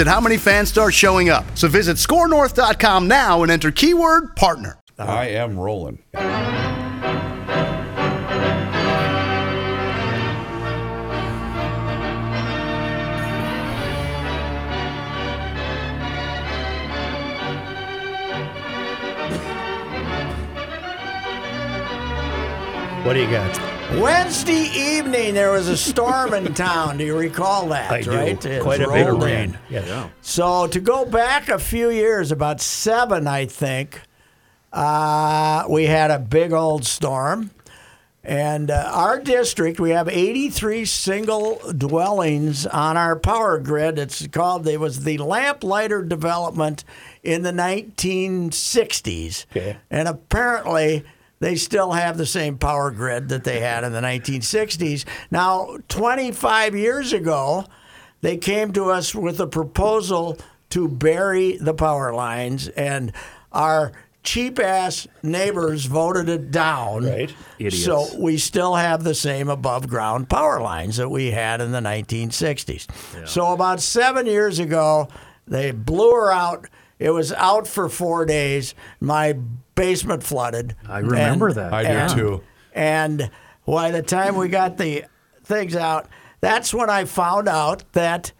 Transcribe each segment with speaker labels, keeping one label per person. Speaker 1: at how many fans start showing up. So visit scorenorth.com now and enter keyword partner.
Speaker 2: I am rolling.
Speaker 3: What do you got?
Speaker 4: Wednesday evening, there was a storm in town. Do you recall that?
Speaker 3: I do.
Speaker 4: right? It
Speaker 3: Quite a bit of
Speaker 4: rolled in.
Speaker 3: rain. Yes.
Speaker 4: So to go back a few years, about seven, I think, uh, we had a big old storm, and uh, our district we have 83 single dwellings on our power grid. It's called. It was the Lamplighter development in the 1960s,
Speaker 3: Okay.
Speaker 4: and apparently. They still have the same power grid that they had in the 1960s. Now, 25 years ago, they came to us with a proposal to bury the power lines, and our cheap ass neighbors voted it down.
Speaker 3: Right. Idiots.
Speaker 4: So we still have the same above ground power lines that we had in the 1960s. So about seven years ago, they blew her out. It was out for four days. My basement flooded.
Speaker 3: I remember that.
Speaker 2: I do
Speaker 4: and-
Speaker 2: too.
Speaker 4: And by the time we got the things out, that's when I found out that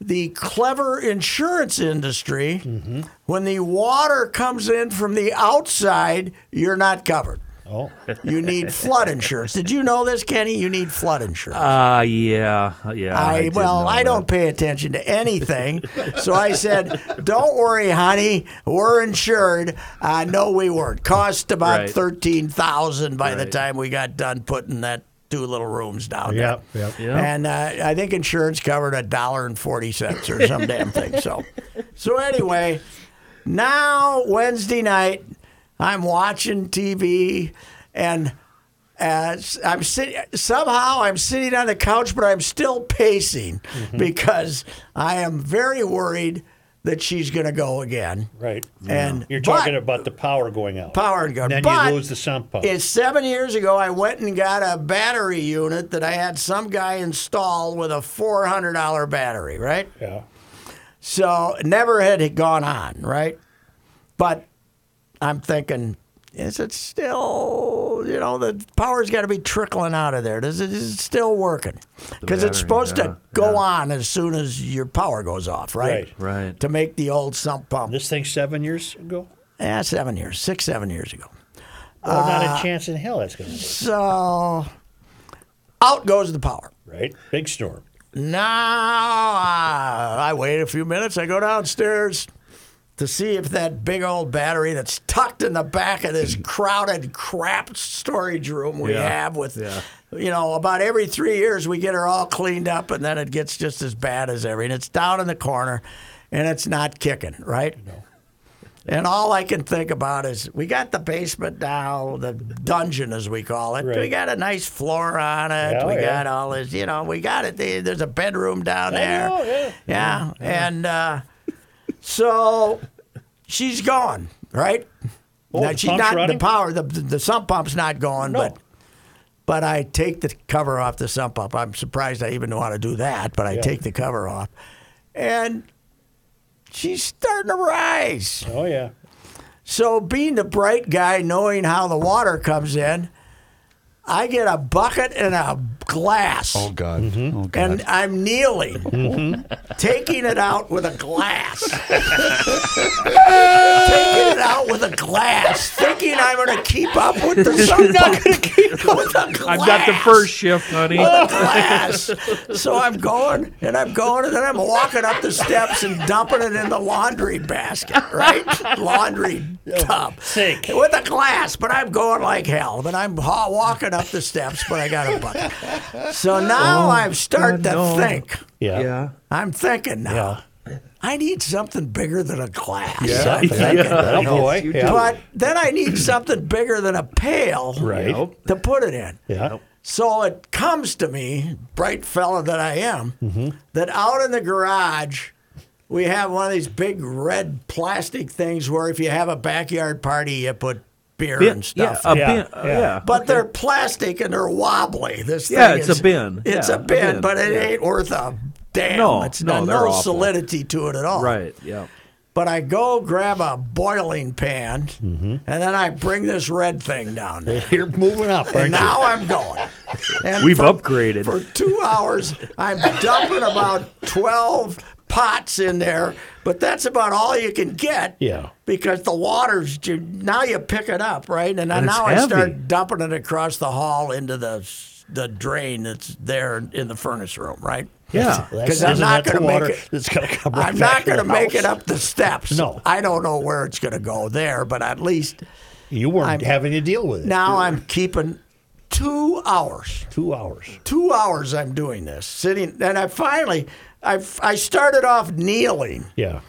Speaker 4: the clever insurance industry,
Speaker 3: Mm-hmm.
Speaker 4: when the water comes in from the outside, you're not covered.
Speaker 3: Oh.
Speaker 4: You need flood insurance. Did you know this, Kenny? You need flood insurance.
Speaker 5: Uh, yeah, yeah.
Speaker 4: I,
Speaker 5: did
Speaker 4: well,
Speaker 5: know
Speaker 4: I
Speaker 5: that.
Speaker 4: don't pay attention to anything. so I said, "Don't worry, honey, we're insured." Uh, no, we weren't. Cost about
Speaker 5: Right.
Speaker 4: thirteen thousand by the
Speaker 5: Right.
Speaker 4: time we got done putting that two little rooms down.
Speaker 3: Yep. Yep.
Speaker 5: Yeah.
Speaker 4: And uh, I think insurance covered a dollar and forty cents or some damn thing. So, so anyway, now Wednesday night, I'm watching TV, and as I'm sitting, somehow I'm sitting on the couch, but I'm still pacing
Speaker 3: Mm-hmm.
Speaker 4: because I am very worried that she's going to go again.
Speaker 3: Right.
Speaker 4: And
Speaker 3: You're
Speaker 4: but-
Speaker 3: talking about the power going out.
Speaker 4: power gun.
Speaker 3: And then
Speaker 4: but
Speaker 3: you lose the sump pump.
Speaker 4: It's seven years ago. I went and got a battery unit that I had some guy install with a four hundred dollar battery. Right.
Speaker 3: yeah.
Speaker 4: So never had it gone on. Right. But I'm thinking, is it still? You know, the power's got to be trickling out of there. Does it? Is it still working? Because
Speaker 5: battery,
Speaker 4: it's supposed
Speaker 5: yeah,
Speaker 4: to go on as soon as your power goes off. Right.
Speaker 3: Right.
Speaker 5: Right.
Speaker 4: To make the old sump pump.
Speaker 3: This thing seven years ago?
Speaker 4: yeah, seven years, six, seven years ago.
Speaker 3: Oh,
Speaker 4: Uh,
Speaker 3: not a chance in hell that's going to work.
Speaker 4: So out goes the power.
Speaker 3: Right. Big storm.
Speaker 4: Now uh, I wait a few minutes. I go downstairs to see if that big old battery that's tucked in the back of this crowded crap storage room we have with, you know, about every three years we get her all cleaned up and then it gets just as bad as every. And it's down in the corner and it's not kicking, right? No. And all I can think about is we got the basement now, the dungeon as we call it. We
Speaker 3: Right.
Speaker 4: got a nice floor on it.
Speaker 3: Yeah,
Speaker 4: we
Speaker 3: yeah.
Speaker 4: got all this, you know, we got it. There- There's a bedroom down there.
Speaker 3: know, yeah.
Speaker 4: yeah. And uh, so she's gone, right?
Speaker 3: Oh,
Speaker 4: Now,
Speaker 3: the
Speaker 4: she's
Speaker 3: pump's
Speaker 4: not
Speaker 3: running?
Speaker 4: the power. The, the the sump pump's not going,
Speaker 3: No.
Speaker 4: but but I take the cover off the sump pump. I'm surprised I even know how to do that, but I
Speaker 3: Yeah.
Speaker 4: take the cover off, and she's starting to rise.
Speaker 3: Oh, yeah.
Speaker 4: So, being the bright guy, knowing how the water comes in, I get a bucket and a glass.
Speaker 2: Oh God.
Speaker 5: Mm-hmm.
Speaker 2: Oh God.
Speaker 4: and I'm kneeling, taking it out with a glass. taking it out with a glass, thinking I'm going to keep up with the sun. not going to keep up with a glass.
Speaker 5: I've got the first shift, honey.
Speaker 4: with a glass. So I'm going and I'm going and then I'm walking up the steps and dumping it in the laundry basket, right? Laundry tub.
Speaker 3: sink.
Speaker 4: With a glass, but I'm going like hell. But I'm ha- walking up the steps, but I got a bucket. So now I'm starting to
Speaker 5: no.
Speaker 4: think.
Speaker 3: Yeah.
Speaker 5: yeah.
Speaker 4: I'm thinking now. I need something bigger than a glass.
Speaker 2: Yeah.
Speaker 4: I'm thinking.
Speaker 3: Oh boy. Yeah.
Speaker 4: But then I need something bigger than a pail
Speaker 3: right.
Speaker 5: Nope.
Speaker 4: to put it in.
Speaker 3: Yeah.
Speaker 4: So it comes to me, bright fella that I am, that out in the garage, we have one of these big red plastic things where if you have a backyard party, you put beer
Speaker 5: Bin-
Speaker 4: and stuff.
Speaker 5: Yeah, a
Speaker 3: Yeah,
Speaker 5: bin- uh,
Speaker 3: yeah.
Speaker 5: yeah.
Speaker 4: but they're plastic and they're wobbly. This
Speaker 5: Yeah,
Speaker 4: thing
Speaker 5: it's
Speaker 4: is-
Speaker 5: a bin.
Speaker 4: It's
Speaker 5: Yeah,
Speaker 4: a
Speaker 5: a
Speaker 4: bin,
Speaker 5: bin.
Speaker 4: but it
Speaker 5: Yeah.
Speaker 4: ain't worth a damn.
Speaker 5: No,
Speaker 4: it's
Speaker 5: no,
Speaker 4: got
Speaker 5: they're
Speaker 4: no
Speaker 5: awful.
Speaker 4: solidity to it at all.
Speaker 5: Right. Yeah.
Speaker 4: But I go grab a boiling pan
Speaker 5: Mm-hmm.
Speaker 4: and then I bring this red thing down. there.
Speaker 3: You're moving up,
Speaker 4: And
Speaker 3: aren't you?
Speaker 4: now I'm going. And
Speaker 5: We've
Speaker 4: for-
Speaker 5: upgraded.
Speaker 4: for two hours. I'm dumping about 12 pots in there, but that's about all you can get.
Speaker 3: Yeah.
Speaker 4: Because the water's, you, now you pick it up, right? And,
Speaker 5: And it's
Speaker 4: now I
Speaker 5: heavy.
Speaker 4: start dumping it across the hall into the the drain that's there in the furnace room, right?
Speaker 5: yeah.
Speaker 3: Because
Speaker 4: I'm not gonna make it-
Speaker 3: It's gonna come. Right
Speaker 4: I'm not going to
Speaker 3: to
Speaker 4: make it up the steps.
Speaker 3: No.
Speaker 4: I don't know where it's going to go there, but at least
Speaker 3: You weren't
Speaker 4: I'm-
Speaker 3: having to deal with it.
Speaker 4: now I'm keeping two hours.
Speaker 3: Two hours.
Speaker 4: two hours I'm doing this, sitting, and I finally, I, I started off kneeling.
Speaker 3: Yeah.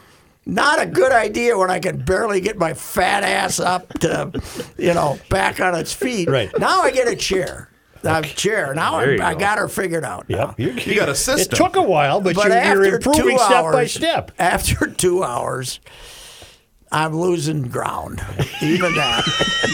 Speaker 4: Not a good idea when I could barely get my fat ass up to, you know, back on its feet.
Speaker 3: Right.
Speaker 4: Now I get a chair. A chair. Now
Speaker 5: There
Speaker 4: I'm,
Speaker 5: you
Speaker 4: I
Speaker 5: go.
Speaker 4: got her figured out. now.
Speaker 3: Yep. You're,
Speaker 2: you got a
Speaker 3: it
Speaker 2: system.
Speaker 3: took a while, but,
Speaker 4: But
Speaker 3: you're,
Speaker 4: after
Speaker 3: you're improving
Speaker 4: two
Speaker 3: step by
Speaker 4: hours-
Speaker 3: step.
Speaker 4: After two hours, I'm losing ground. Even that,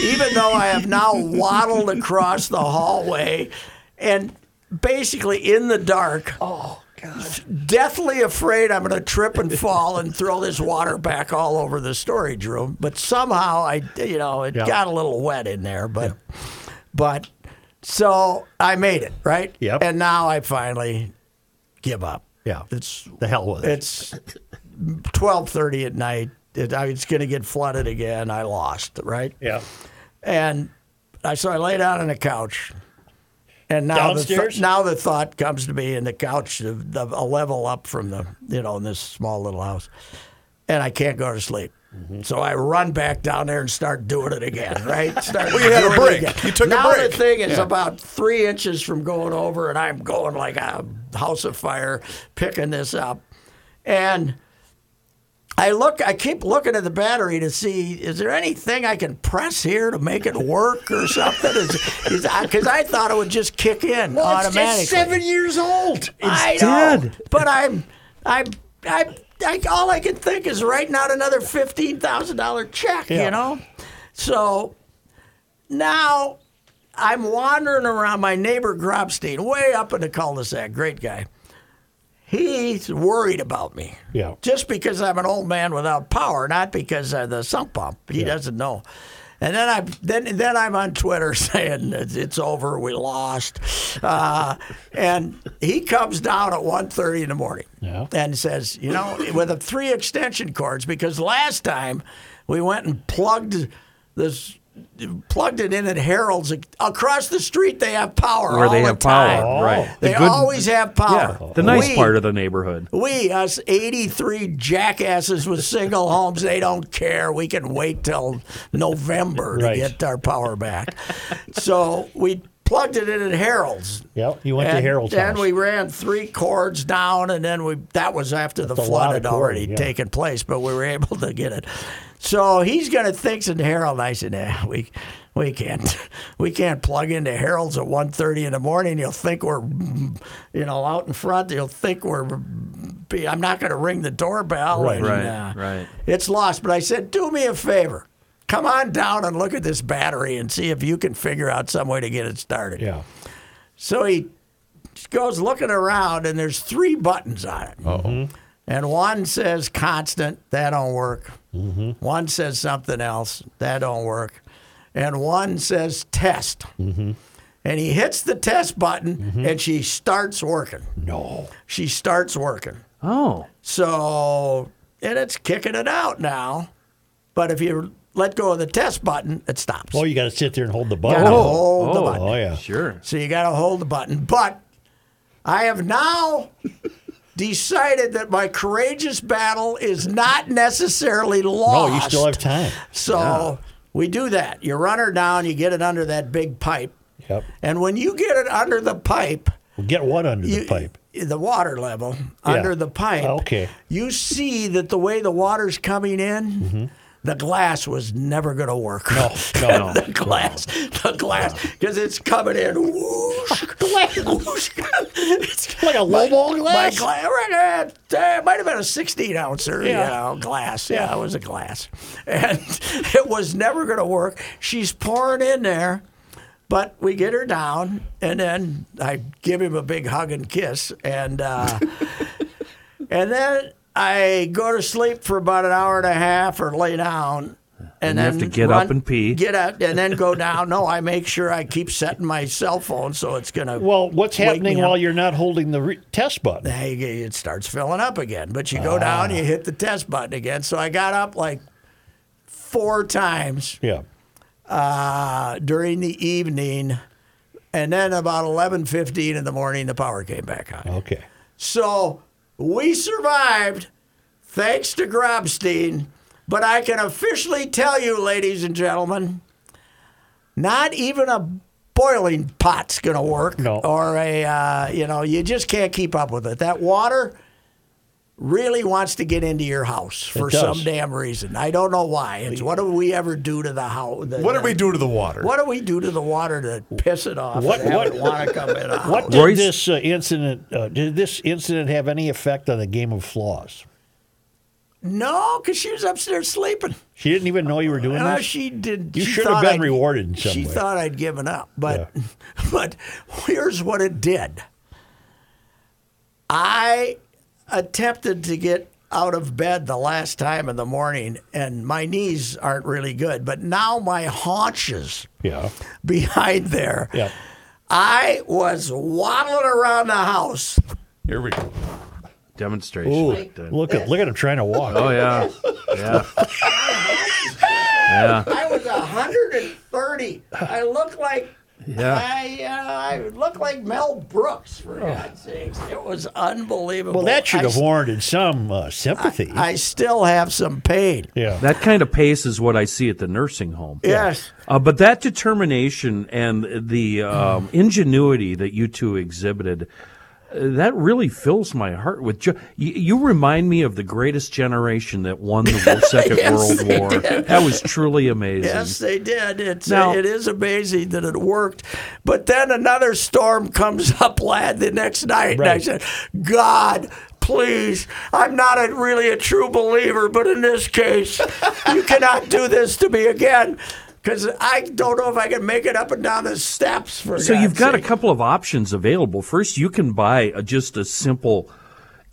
Speaker 4: even though I have now waddled across the hallway, and basically in the dark. Oh. God. Deathly afraid I'm going to trip and fall and throw this water back all over the storage room, but somehow I, you know, it
Speaker 3: Yeah.
Speaker 4: got a little wet in there, but, but, so I made it right.
Speaker 3: Yep.
Speaker 4: And now I finally give up.
Speaker 3: Yeah.
Speaker 4: It's
Speaker 3: The hell with it.
Speaker 4: it's twelve thirty at night. It, I, it's going to get flooded again. I lost, right?
Speaker 3: Yeah.
Speaker 4: And I so I lay down on the couch, and now the
Speaker 3: Downstairs?
Speaker 4: th- now the thought comes to me, and the couch the, the, a level up from the you know in this small little house, and I can't go to sleep.
Speaker 2: Mm-hmm.
Speaker 4: So I run back down there and start doing it again, right? Start
Speaker 2: Well, you had
Speaker 4: doing
Speaker 2: a
Speaker 4: it
Speaker 2: break.
Speaker 4: again.
Speaker 2: You took a
Speaker 4: now
Speaker 2: break.
Speaker 4: the thing is about three inches from going over, and I'm going like a house of fire, picking this up, and. I look. I keep looking at the battery to see is there anything I can press here to make it work or something? Because I thought it would just kick in automatically.
Speaker 3: years old.
Speaker 4: I know, but I'm, I'm, I'm, I, all I can think is writing out another fifteen thousand dollar check. You
Speaker 3: Yeah.
Speaker 4: know, so now I'm wandering around my neighbor Grobstein, way up in the cul-de-sac. Great guy. He's worried about me.
Speaker 3: Yeah.
Speaker 4: Just because I'm an old man without power, not because of the sump pump. He doesn't know. And then I then then I'm on Twitter saying it's, it's over, we lost, uh, and he comes down at 1.30 in the morning
Speaker 3: Yeah.
Speaker 4: and says, you know, with the three extension cords because last time we went and plugged this plugged it in at Harold's across the street. They have power
Speaker 5: Where
Speaker 4: all
Speaker 5: they
Speaker 4: the
Speaker 5: have
Speaker 4: time.
Speaker 5: power.
Speaker 3: Oh.
Speaker 5: Oh. Right.
Speaker 4: They always have power.
Speaker 5: The nice
Speaker 4: We-
Speaker 5: part of the neighborhood.
Speaker 4: we, us 83 jackasses with single homes, they don't care. We can wait till November to
Speaker 3: Right.
Speaker 4: get our power back. so we plugged it in at Harold's.
Speaker 3: Yep. You went to Harold's
Speaker 4: Then
Speaker 3: house.
Speaker 4: we ran three cords down, and then we that was after the
Speaker 3: That's a
Speaker 4: flood
Speaker 3: lot
Speaker 4: had
Speaker 3: of cord,
Speaker 4: already
Speaker 3: yeah.
Speaker 4: taken place, but we were able to get it. So he's gonna think and Harold. I said, nah, we we can't we can't plug into Harold's at 1.30 in the morning. You'll think we're you know out in front. You'll think we're be, I'm not gonna ring the doorbell.
Speaker 3: Right,
Speaker 4: and,
Speaker 5: right,
Speaker 4: uh,
Speaker 5: right.
Speaker 4: It's lost. But I said, do me a favor. Come on down and look at this battery and see if you can figure out some way to get it started.
Speaker 3: Yeah.
Speaker 4: So he goes looking around, and there's three buttons on it. And one says constant, that don't work. One says something else, that don't work. And one says test. and he hits the test button and she starts working.
Speaker 3: No.
Speaker 4: She starts working.
Speaker 5: Oh.
Speaker 4: So, and it's kicking it out now. But if you let go of the test button, it stops.
Speaker 3: Oh, you got to sit there and hold the button.
Speaker 4: Gotta hold the button.
Speaker 3: oh, yeah.
Speaker 5: Sure.
Speaker 4: So you got to hold the button. But I have now decided that my courageous battle is not necessarily
Speaker 3: No,
Speaker 4: lost.
Speaker 3: Oh, you still have time.
Speaker 4: So we do that. You run her down, you get it under that big pipe.
Speaker 3: Yep.
Speaker 4: And when you get it under the pipe,
Speaker 3: Well, get one under
Speaker 4: you,
Speaker 3: the pipe.
Speaker 4: the water level
Speaker 3: Yeah. Oh,
Speaker 4: under the pipe,
Speaker 3: Okay.
Speaker 4: you see that the way the water's coming in, the glass was never going to work.
Speaker 3: Mm-hmm. No,
Speaker 4: the glass, the glass, because it's coming in. Whoosh, glass, whoosh. it's
Speaker 3: Like a low ball
Speaker 4: my
Speaker 3: glass?
Speaker 4: glass, right, uh, uh, it might have been a 16 ouncer,
Speaker 3: Yeah.
Speaker 4: you know, glass. Yeah, it was a glass. And it was never going to work. She's pouring in there, but we get her down, and then I give him a big hug and kiss. And, uh, and then I go to sleep for about an hour and a half or lay down. And,
Speaker 5: you
Speaker 4: then
Speaker 5: have to get up and pee.
Speaker 4: Get up and then go down. No, I make sure I keep setting my cell phone so it's gonna.
Speaker 3: Well, what's
Speaker 4: wake
Speaker 3: happening
Speaker 4: me up.
Speaker 3: while you're not holding the re- test button?
Speaker 4: Now you get- it starts filling up again. But you go down, you hit the test button again. So I got up like four times
Speaker 3: Yeah.
Speaker 4: uh, during the evening, and then about eleven fifteen in the morning, the power came back on.
Speaker 3: Okay.
Speaker 4: So we survived, thanks to Grobstein. But I can officially tell you, ladies and gentlemen, not even a boiling pot's gonna work,
Speaker 3: No.
Speaker 4: or a uh, you know, you just can't keep up with it. That water really wants to get into your house for
Speaker 3: does.
Speaker 4: some damn reason. I don't know why. It's what do we ever do to the house?
Speaker 2: What did we do to the water?
Speaker 4: What do we do to the water to piss it off?
Speaker 3: What-
Speaker 4: and
Speaker 3: what-
Speaker 4: want to come in? our
Speaker 3: What
Speaker 4: house?
Speaker 3: did
Speaker 5: Royce?
Speaker 3: this uh, incident? Uh, did this incident have any effect on the game of flaws?
Speaker 4: No, because she was upstairs sleeping.
Speaker 3: She didn't even know you were doing
Speaker 4: No,
Speaker 3: this.
Speaker 4: Uh, she did.
Speaker 3: You
Speaker 4: she
Speaker 3: should have
Speaker 4: thought
Speaker 3: been
Speaker 4: I'd-
Speaker 3: rewarded in some
Speaker 4: She
Speaker 3: way.
Speaker 4: thought I'd given up, but but here's what it did. I attempted to get out of bed the last time in the morning, and my knees aren't really good, but now my haunches
Speaker 3: yeah.
Speaker 4: behind there.
Speaker 3: Yeah.
Speaker 4: I was waddling around the house.
Speaker 2: Here we go.
Speaker 5: Demonstration.
Speaker 3: Ooh,
Speaker 5: like that.
Speaker 3: look at look at him trying to walk.
Speaker 5: Oh yeah. Yeah. yeah.
Speaker 4: I was 130. I looked like
Speaker 5: Yeah.
Speaker 4: I, uh, I looked like Mel Brooks for God's sakes. It was unbelievable.
Speaker 3: Oh. Well, that should
Speaker 4: I
Speaker 3: have
Speaker 4: s-
Speaker 3: warranted some uh, sympathy.
Speaker 4: I still have some pain.
Speaker 3: yeah.
Speaker 5: That kind of pace is what I see at the nursing home.
Speaker 4: Yes.
Speaker 5: Uh, but that determination and the
Speaker 4: Mm.
Speaker 5: um, ingenuity that you two exhibited, uh, that really fills my heart with joy. You, you remind me of the greatest generation that won the wo- Second
Speaker 4: Yes,
Speaker 5: World
Speaker 4: they
Speaker 5: War.
Speaker 4: did.
Speaker 5: That was truly amazing.
Speaker 4: Yes, they did. It's
Speaker 5: Now-
Speaker 4: it is amazing that it worked. But then another storm comes up, lad, the next night, and I
Speaker 3: Right.
Speaker 4: said, "God, please, I'm not a, really a true believer, but in this case, you cannot do this to me again." Because I don't know if I can make it up and down the steps for
Speaker 5: So
Speaker 4: God's
Speaker 5: you've got a
Speaker 4: sake.
Speaker 5: couple of options available. First, you can buy a, just a simple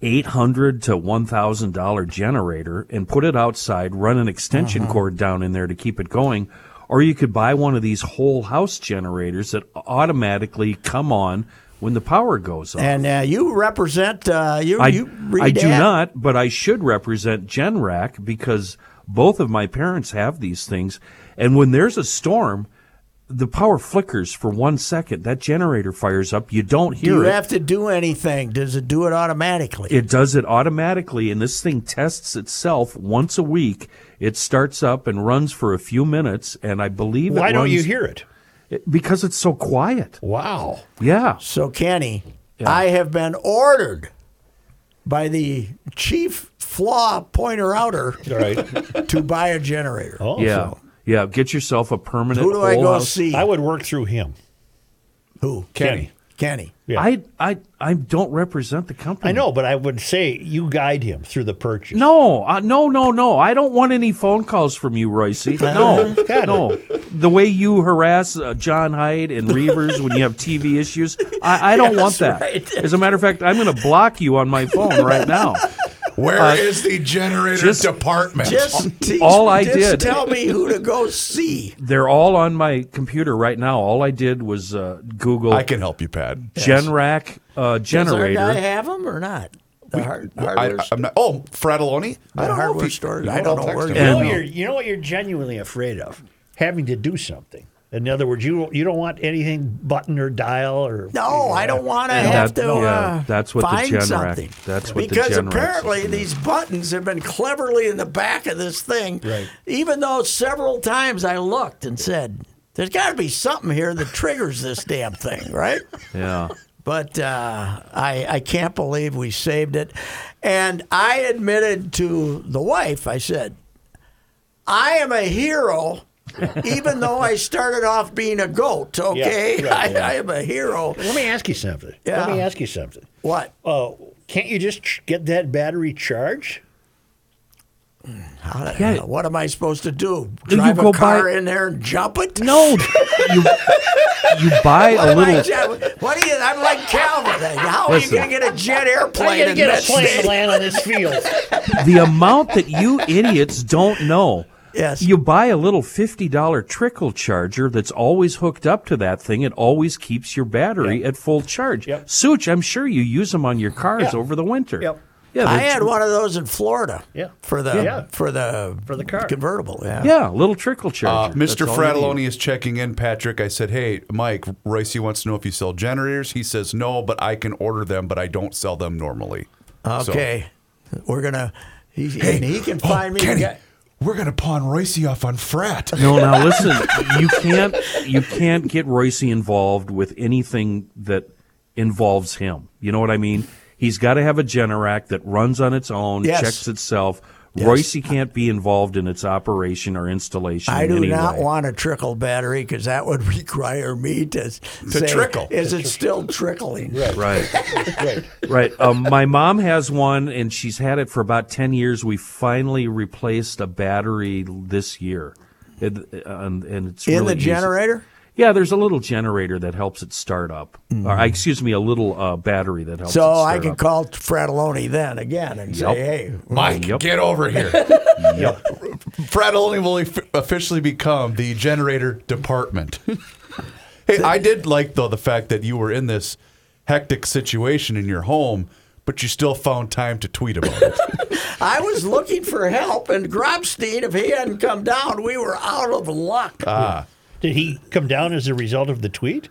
Speaker 5: eight hundred to one thousand dollar generator and put it outside, run an extension cord down in there to keep it going. Or you could buy one of these whole house generators that automatically come on when the power goes off.
Speaker 4: And uh, you represent uh, you.
Speaker 5: I,
Speaker 4: you read
Speaker 5: I do
Speaker 4: ad-
Speaker 5: not, but I should represent GenRack because both of my parents have these things. And when there's a storm, the power flickers for one second. That generator fires up. You don't
Speaker 4: Do
Speaker 5: hear
Speaker 4: you
Speaker 5: it.
Speaker 4: have to do anything? Does it do it automatically?
Speaker 5: it does it automatically, and this thing tests itself once a week. It starts up and runs for a few minutes, and I believe
Speaker 3: Why
Speaker 5: it
Speaker 3: don't you
Speaker 5: runs-
Speaker 3: hear it?
Speaker 5: because it's so quiet.
Speaker 3: Wow.
Speaker 5: Yeah.
Speaker 4: so, Kenny, I have been ordered by the chief flaw pointer outer
Speaker 3: All right.
Speaker 4: to buy a generator.
Speaker 3: Oh,
Speaker 5: Yeah.
Speaker 3: so
Speaker 5: Yeah. Get yourself a permanent.
Speaker 4: Who do I
Speaker 5: whole
Speaker 4: go
Speaker 5: house-
Speaker 4: see?
Speaker 3: I would work through him.
Speaker 4: Who?
Speaker 3: Kenny.
Speaker 4: Kenny.
Speaker 3: Yeah.
Speaker 5: I I I don't represent the company.
Speaker 3: I know, but I would say you guide him through the purchase.
Speaker 5: No, uh, no, no, no. I don't want any phone calls from you, Royce. No,
Speaker 3: Got it.
Speaker 5: no. The way you harass uh, John Hyde and Reavers when you have TV issues, I, I don't want that.
Speaker 4: right.
Speaker 5: As a matter of fact, I'm going to block you on my phone right now.
Speaker 2: Where is
Speaker 5: Uh,
Speaker 2: the generator
Speaker 5: just-
Speaker 2: department?
Speaker 4: Just teach,
Speaker 5: All I
Speaker 4: just
Speaker 5: did-
Speaker 4: Tell me who to go see.
Speaker 5: They're all on my computer right now. All I did was uh, Google
Speaker 2: I can help you, Pat.
Speaker 5: Genrac uh, generator.
Speaker 4: Does our guy have them or not? The hard,
Speaker 2: I,
Speaker 4: hardware
Speaker 2: I'm not. Oh, Fratelloni. I don't know if
Speaker 4: hardware
Speaker 2: he-
Speaker 4: store.
Speaker 2: you
Speaker 4: I don't know
Speaker 2: I'll
Speaker 4: where
Speaker 2: text
Speaker 3: You
Speaker 4: it
Speaker 2: him.
Speaker 3: know, what you're, you know what you're genuinely afraid of? Having to do something. In other words, you you don't want anything button or dial or
Speaker 4: No, I don't want to have
Speaker 5: that-
Speaker 4: to.
Speaker 5: yeah,
Speaker 4: uh,
Speaker 5: that's what the
Speaker 4: find
Speaker 5: Generac-
Speaker 4: something.
Speaker 5: that's what the
Speaker 4: because
Speaker 5: Generac
Speaker 4: apparently
Speaker 5: system
Speaker 4: these buttons have been cleverly in the back of this thing.
Speaker 3: Right.
Speaker 4: Even though several times I looked and said, "There's got to be something here that triggers this damn thing," right?
Speaker 5: Yeah.
Speaker 4: But uh, I, I can't believe we saved it. And I admitted to the wife, I said, I am a hero, even though I started off being a goat,
Speaker 3: Yeah,
Speaker 4: okay?
Speaker 3: yeah, yeah.
Speaker 4: I, I am a hero.
Speaker 3: Let me ask you something.
Speaker 4: Yeah.
Speaker 3: Let me ask you something.
Speaker 4: What?
Speaker 3: Uh, can't you just ch- get that battery charged?
Speaker 4: How the
Speaker 5: Yeah.
Speaker 4: hell- What am I supposed to do?
Speaker 5: Do you
Speaker 4: Drive a
Speaker 5: go
Speaker 4: car
Speaker 5: buy-
Speaker 4: in there and jump it?
Speaker 5: No, you, you buy
Speaker 4: What
Speaker 5: a
Speaker 4: am I,
Speaker 5: little.
Speaker 4: ju- what do you, I'm like Calvin. How are
Speaker 5: Listen.
Speaker 4: you going to get a jet
Speaker 3: I
Speaker 4: airplane
Speaker 3: gotta
Speaker 4: in
Speaker 3: get
Speaker 4: that
Speaker 3: a plane
Speaker 4: state?
Speaker 3: to land on this field.
Speaker 5: The amount that you idiots don't know.
Speaker 4: Yes.
Speaker 5: You buy a little $50 trickle charger that's always hooked up to that thing. It always keeps your battery at full charge.
Speaker 3: Yep.
Speaker 5: Such, I'm sure you use them on your cars
Speaker 3: Yeah.
Speaker 5: over the winter.
Speaker 3: Yep.
Speaker 5: Yeah,
Speaker 4: I
Speaker 5: they're-
Speaker 4: had one of those in Florida.
Speaker 3: Yeah.
Speaker 4: For the
Speaker 3: Yeah.
Speaker 4: for the
Speaker 3: For the car.
Speaker 4: convertible. Yeah.
Speaker 5: Yeah, a little trickle
Speaker 2: Uh,
Speaker 5: charger.
Speaker 2: Mr.
Speaker 5: That's all you need.
Speaker 2: Fratelloni is checking in, Patrick. I said, hey, Mike, Ricey wants to know if you sell generators. He says, no, but I can order them, but I don't sell them normally. So-
Speaker 4: Okay. We're gonna. He, and he can
Speaker 2: oh,
Speaker 4: find me.
Speaker 2: Kenny,
Speaker 4: guy-
Speaker 2: we're going to pawn Ricey off on Frat.
Speaker 5: No, now listen. You can't. You can't get Royce involved with anything that involves him. You know what I mean? He's got to have a Generac that runs on its own,
Speaker 4: Yes.
Speaker 5: checks itself. Royce can't be involved in its operation or installation.
Speaker 4: I
Speaker 5: in
Speaker 4: do
Speaker 5: any
Speaker 4: not
Speaker 5: way.
Speaker 4: want a trickle battery because that would require me to, to
Speaker 2: trickle.
Speaker 4: Is it still trickling? Right.
Speaker 5: Right. right. Um, my mom has one, and she's had it for about 10 years. We finally replaced a battery this year. It, um, and it's
Speaker 4: In
Speaker 5: really
Speaker 4: the
Speaker 5: easy.
Speaker 4: generator.
Speaker 5: Yeah, there's a little generator that helps it start up. Or, excuse me, a little uh, battery that helps it
Speaker 4: Mm-hmm. So
Speaker 5: start
Speaker 4: I can
Speaker 5: up.
Speaker 4: call Fratelloni then again and
Speaker 5: Yep.
Speaker 4: say, hey,
Speaker 2: Mike,
Speaker 5: Yep.
Speaker 2: get over here.
Speaker 3: Yep.
Speaker 2: Fratelloni will eff- officially become the generator department. hey, I did like, though, the fact that you were in this hectic situation in your home, but you still found time to tweet about it.
Speaker 4: I was looking for help, and Grobstein, if he hadn't come down, we were out of luck.
Speaker 3: Did he come down as a result of the tweet?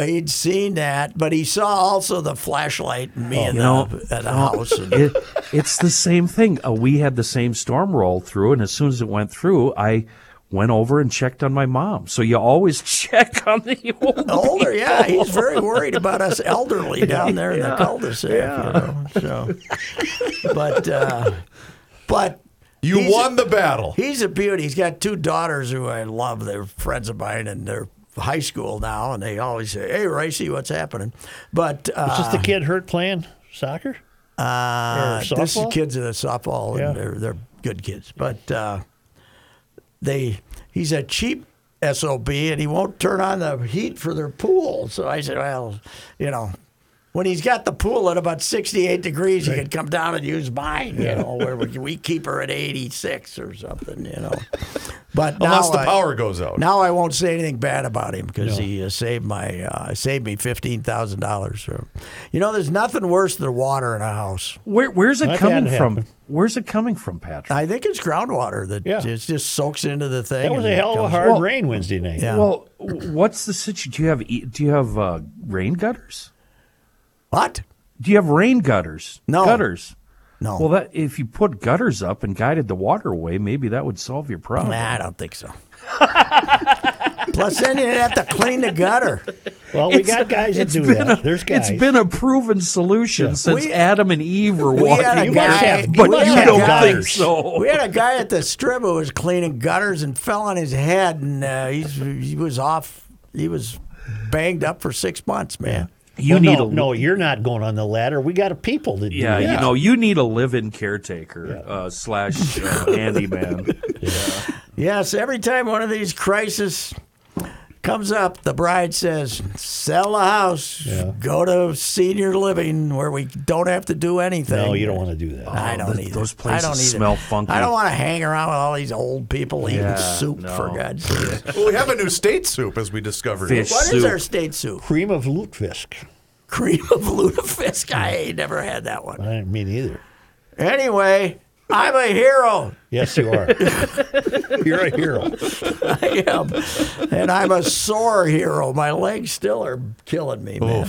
Speaker 4: He'd seen that, but he saw also the flashlight and me in
Speaker 5: Oh, You know, Oh.
Speaker 4: the, at the house. And,
Speaker 5: it, it's the same thing. Uh, we had the same storm roll through, and as soon as it went through, I went over and checked on my mom. So you always check on the old.
Speaker 4: older, yeah. He's very worried about us elderly down there in the cul-de-sac. You know, so, but uh, but
Speaker 2: You
Speaker 4: He's-
Speaker 2: won the battle.
Speaker 4: he's a beauty. He's got two daughters who I love. They're friends of mine, and they're high school now, and they always say, "Hey, Ricey, what's happening?" But uh,
Speaker 3: Was just the kid hurt playing soccer? Or
Speaker 4: uh, this is
Speaker 3: softball?
Speaker 4: kids in the softball,
Speaker 3: Yeah.
Speaker 4: and they're they're good kids. But uh, they he's a cheap sob, and he won't turn on the heat for their pool. So I said, well, you know. When he's got the pool at about 68 degrees, he can come down and use mine, you know, where we, we keep her at 86 or something, you know. But
Speaker 2: Unless
Speaker 4: now
Speaker 2: the
Speaker 4: I-
Speaker 2: power goes out.
Speaker 4: now I won't say anything bad about him because he uh, saved my uh, saved me fifteen thousand dollars. You know, there's nothing worse than water in a house.
Speaker 5: Where, where's it
Speaker 3: That
Speaker 5: coming
Speaker 3: had
Speaker 5: from?
Speaker 3: happened.
Speaker 5: Where's it coming from, Patrick?
Speaker 4: I think it's groundwater that
Speaker 3: Yeah.
Speaker 4: just, just soaks into the thing.
Speaker 3: That was
Speaker 4: and
Speaker 3: a hell of a
Speaker 4: comes-
Speaker 3: hard
Speaker 5: Well-
Speaker 3: rain Wednesday night.
Speaker 4: Yeah.
Speaker 5: Well, w- what's the situation? Do you have e- do you have uh, rain gutters?
Speaker 4: What?
Speaker 5: Do you have rain gutters?
Speaker 4: No.
Speaker 5: gutters.
Speaker 4: No.
Speaker 5: Well, that if you put gutters up and guided the water away, maybe that would solve your problem.
Speaker 4: Nah, I don't think so. Plus, then you'd have to clean the gutter.
Speaker 3: Well, we got guys that
Speaker 5: It's
Speaker 3: do
Speaker 5: been
Speaker 3: that.
Speaker 5: a-
Speaker 3: There's guys.
Speaker 5: It's been a proven solution since
Speaker 4: We-
Speaker 5: Adam and Eve were
Speaker 4: We
Speaker 5: walking.
Speaker 4: had a
Speaker 3: You
Speaker 4: guy,
Speaker 3: must have-
Speaker 5: but
Speaker 3: you must
Speaker 5: you
Speaker 3: have
Speaker 5: don't think
Speaker 3: gutters.
Speaker 5: so.
Speaker 4: We had a guy at the strip who was cleaning gutters and fell on his head, and uh, he's, he was off. He was banged up for six months, man.
Speaker 5: you
Speaker 3: Well,
Speaker 5: need
Speaker 3: no,
Speaker 5: a
Speaker 3: no, you're not going on the ladder. We got a people that
Speaker 5: yeah,
Speaker 3: do that.
Speaker 5: you know, you need a live-in caretaker uh, slash uh, handyman.
Speaker 4: Yes, every time one of these crises Comes up, the bride says, "Sell the house, go to senior living where we don't have to do anything."
Speaker 3: No, you don't want to do that.
Speaker 4: I don't
Speaker 5: th-
Speaker 4: either.
Speaker 5: Oh, those
Speaker 4: I don't
Speaker 5: places
Speaker 4: either.
Speaker 5: smell funky.
Speaker 4: I don't want to hang around with all these old people
Speaker 5: Yeah,
Speaker 4: eating soup for
Speaker 5: no.
Speaker 4: God's sake.
Speaker 2: Well, we have a new state soup, as we discovered.
Speaker 5: Fish
Speaker 4: What is
Speaker 5: soup.
Speaker 4: our state soup?
Speaker 3: Cream of lutefisk.
Speaker 4: Cream of lutefisk. I ain't never had that one.
Speaker 3: I didn't mean either.
Speaker 4: Anyway, I'm a hero.
Speaker 3: Yes, you are. You're a hero.
Speaker 4: I am, and I'm a sore hero. My legs still are killing
Speaker 5: Oh.
Speaker 4: me, man.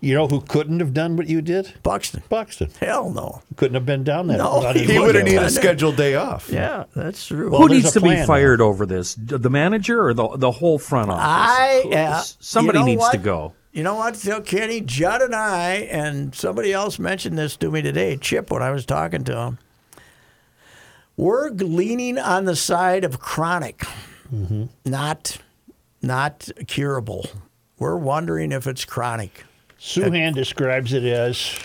Speaker 3: You know who couldn't have done what you did?
Speaker 4: Buxton.
Speaker 3: Buxton
Speaker 4: Hell no.
Speaker 3: couldn't have been down there.
Speaker 4: No,
Speaker 3: Not
Speaker 4: he
Speaker 3: even
Speaker 2: He
Speaker 3: one
Speaker 2: would have
Speaker 3: day.
Speaker 2: needed a scheduled day off.
Speaker 4: Yeah, that's true.
Speaker 5: Who
Speaker 3: there's
Speaker 5: needs
Speaker 3: a
Speaker 5: to be
Speaker 3: plan now.
Speaker 5: fired over this? D- The manager or the the whole front office?
Speaker 4: I
Speaker 5: Who-
Speaker 4: uh,
Speaker 5: s- somebody
Speaker 4: you know
Speaker 5: needs to
Speaker 4: what?
Speaker 5: go.
Speaker 4: You know what, so Kenny? Judd and I, and somebody else mentioned this to me today, Chip, when I was talking to him. We're leaning on the side of chronic,
Speaker 5: Mm-hmm.
Speaker 4: not not curable. We're wondering if it's chronic.
Speaker 3: Suhan describes it as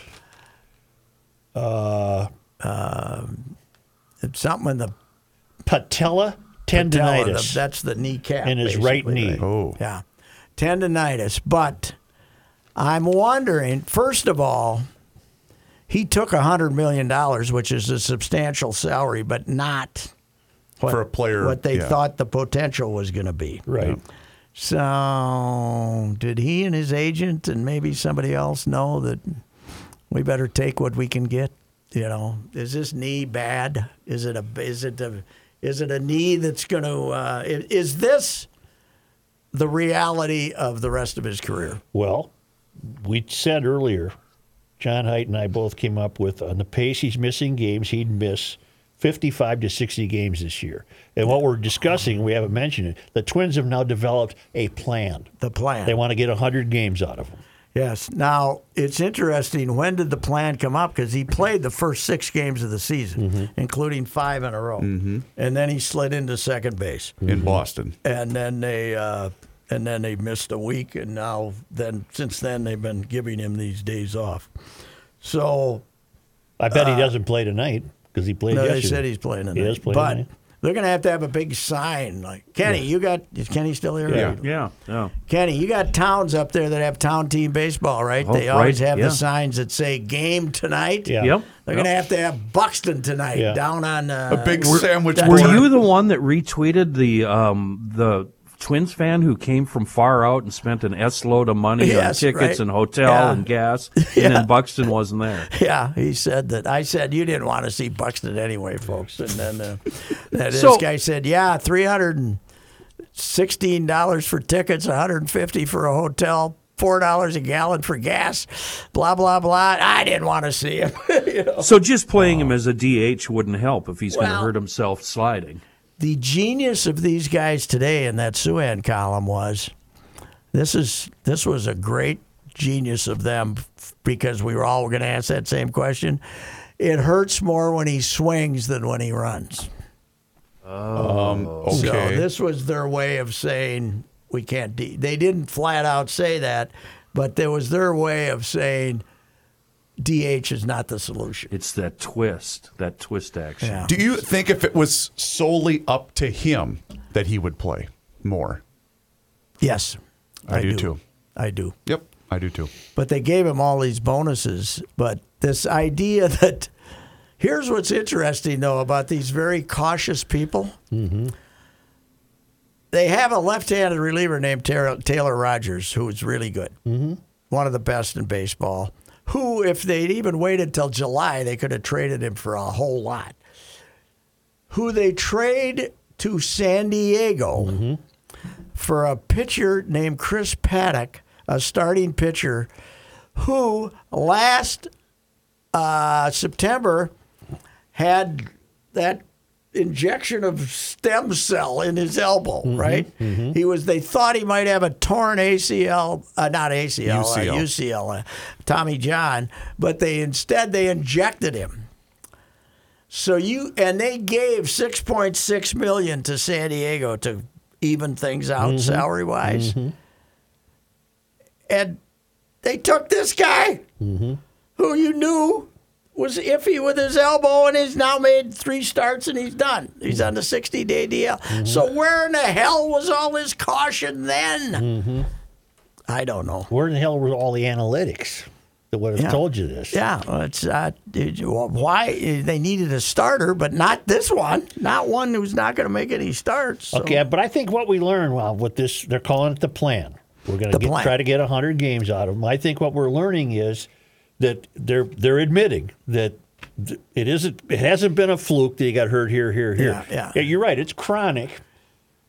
Speaker 4: It's something in the
Speaker 3: patella
Speaker 4: patella,
Speaker 3: tendonitis
Speaker 4: the- that's the kneecap.
Speaker 3: in his right
Speaker 4: basically,
Speaker 3: knee.
Speaker 2: Oh.
Speaker 4: Yeah. Tendonitis. But I'm wondering, first of all, he took $100 million, which is a substantial salary, but not what,
Speaker 2: For a player,
Speaker 4: what they
Speaker 2: yeah.
Speaker 4: thought the potential was going to be.
Speaker 3: Right.
Speaker 4: So, did he and his agent and maybe somebody else know that we better take what we can get? You know, is this knee bad? Is it a is it a is it a knee that's going to uh, i- is this the reality of the rest of his career?
Speaker 3: Well, we said earlier, John Height and I both came up with on the pace he's missing games, he'd miss 55 to 60 games this year. And what we're discussing, we haven't mentioned it, the Twins have now developed a plan.
Speaker 4: The plan.
Speaker 3: They want to get 100 games out of him.
Speaker 4: yes. Now it's interesting. When did the plan come up? Because he played the first six games of the season,
Speaker 3: Mm-hmm.
Speaker 4: including five in a row, and then he slid into second base.
Speaker 2: In Boston.
Speaker 4: and then they uh, and then they missed a week, and now then since then they've been giving him these days off. So
Speaker 3: I bet he doesn't play tonight because he played
Speaker 4: Uh, no,
Speaker 3: yesterday.
Speaker 4: they said he's playing tonight,
Speaker 3: He is playing
Speaker 4: but
Speaker 3: tonight.
Speaker 4: they're going to have to have a big sign like Kenny. You got is Kenny still here?
Speaker 2: Yeah.
Speaker 5: Yeah, yeah.
Speaker 4: Kenny, you got towns up there that have town team baseball, right?
Speaker 5: Oh,
Speaker 4: they always
Speaker 5: right,
Speaker 4: have
Speaker 5: yeah.
Speaker 4: the signs that say game tonight.
Speaker 3: Yeah.
Speaker 5: Yep.
Speaker 4: They're
Speaker 5: yep.
Speaker 4: going to have to have Buxton tonight
Speaker 3: Yeah.
Speaker 4: down on uh,
Speaker 2: A big sandwich
Speaker 5: Were
Speaker 2: board.
Speaker 5: you the one that retweeted the um, the Twins fan who came from far out and spent an S load of money
Speaker 4: Yes,
Speaker 5: on tickets
Speaker 4: right.
Speaker 5: and hotel
Speaker 4: Yeah.
Speaker 5: and gas, and then Buxton wasn't there?
Speaker 4: Yeah, he said that. I said you didn't want to see Buxton anyway, folks. And then uh, that
Speaker 5: So-
Speaker 4: this guy said, "Yeah, three hundred and sixteen dollars for tickets, one hundred and fifty for a hotel, four dollars a gallon for gas, blah blah blah." I didn't want to see him.
Speaker 5: So just playing him as a DH wouldn't help if he's going
Speaker 4: Well-
Speaker 5: to hurt himself sliding.
Speaker 4: the genius of these guys today in that Suan column was this is this was a great genius of them f- because we were all going to ask that same question. It hurts more when he swings than when he runs.
Speaker 2: Um, Okay.
Speaker 4: So Oh, this was their way of saying we can't. De-. They didn't flat out say that, but there was their way of saying DH is not the solution.
Speaker 5: It's that twist, that twist action.
Speaker 4: Yeah.
Speaker 2: Do you think if it was solely up to him that he would play more?
Speaker 4: Yes,
Speaker 2: I do too.
Speaker 4: I do.
Speaker 2: Yep, I do too.
Speaker 4: But they gave him all these bonuses. But this idea that here's what's interesting though about these very cautious people. They have a left-handed reliever named Taylor, Taylor Rogers, who's really good, mm-hmm. one of the best in baseball. Who, if they'd even waited till July, they could have traded him for a whole lot. Who they trade to San Diego for a pitcher named Chris Paddock, a starting pitcher, who last uh, September had that injection of stem cell in his elbow. right, he was. They thought he might have a torn ACL, uh, not ACL,
Speaker 2: UCL.
Speaker 4: Uh, UCL, uh, Tommy John, but they instead they injected him. So you and they gave six point six million to San Diego to even things out salary wise, and they took this guy who you knew was iffy with his elbow, and he's now made three starts and he's done. He's on the 60 day DL. So where in the hell was all his caution then? I don't know.
Speaker 3: Where in the hell were all the analytics that would have
Speaker 4: Yeah.
Speaker 3: told you this?
Speaker 4: Yeah, well, it's uh, did you- well, why they needed a starter, but not this one. Not one who's not going to make any starts. so-
Speaker 3: Okay, but I think what we learned, well, with this, they're calling it the plan. We're going
Speaker 4: The
Speaker 3: to get,
Speaker 4: plan.
Speaker 3: try to get 100 games out of them. I think what we're learning is that they're they're admitting that th- it isn't it hasn't been a fluke that he got hurt here, here, here.
Speaker 4: Yeah, yeah.
Speaker 3: You're right. It's chronic,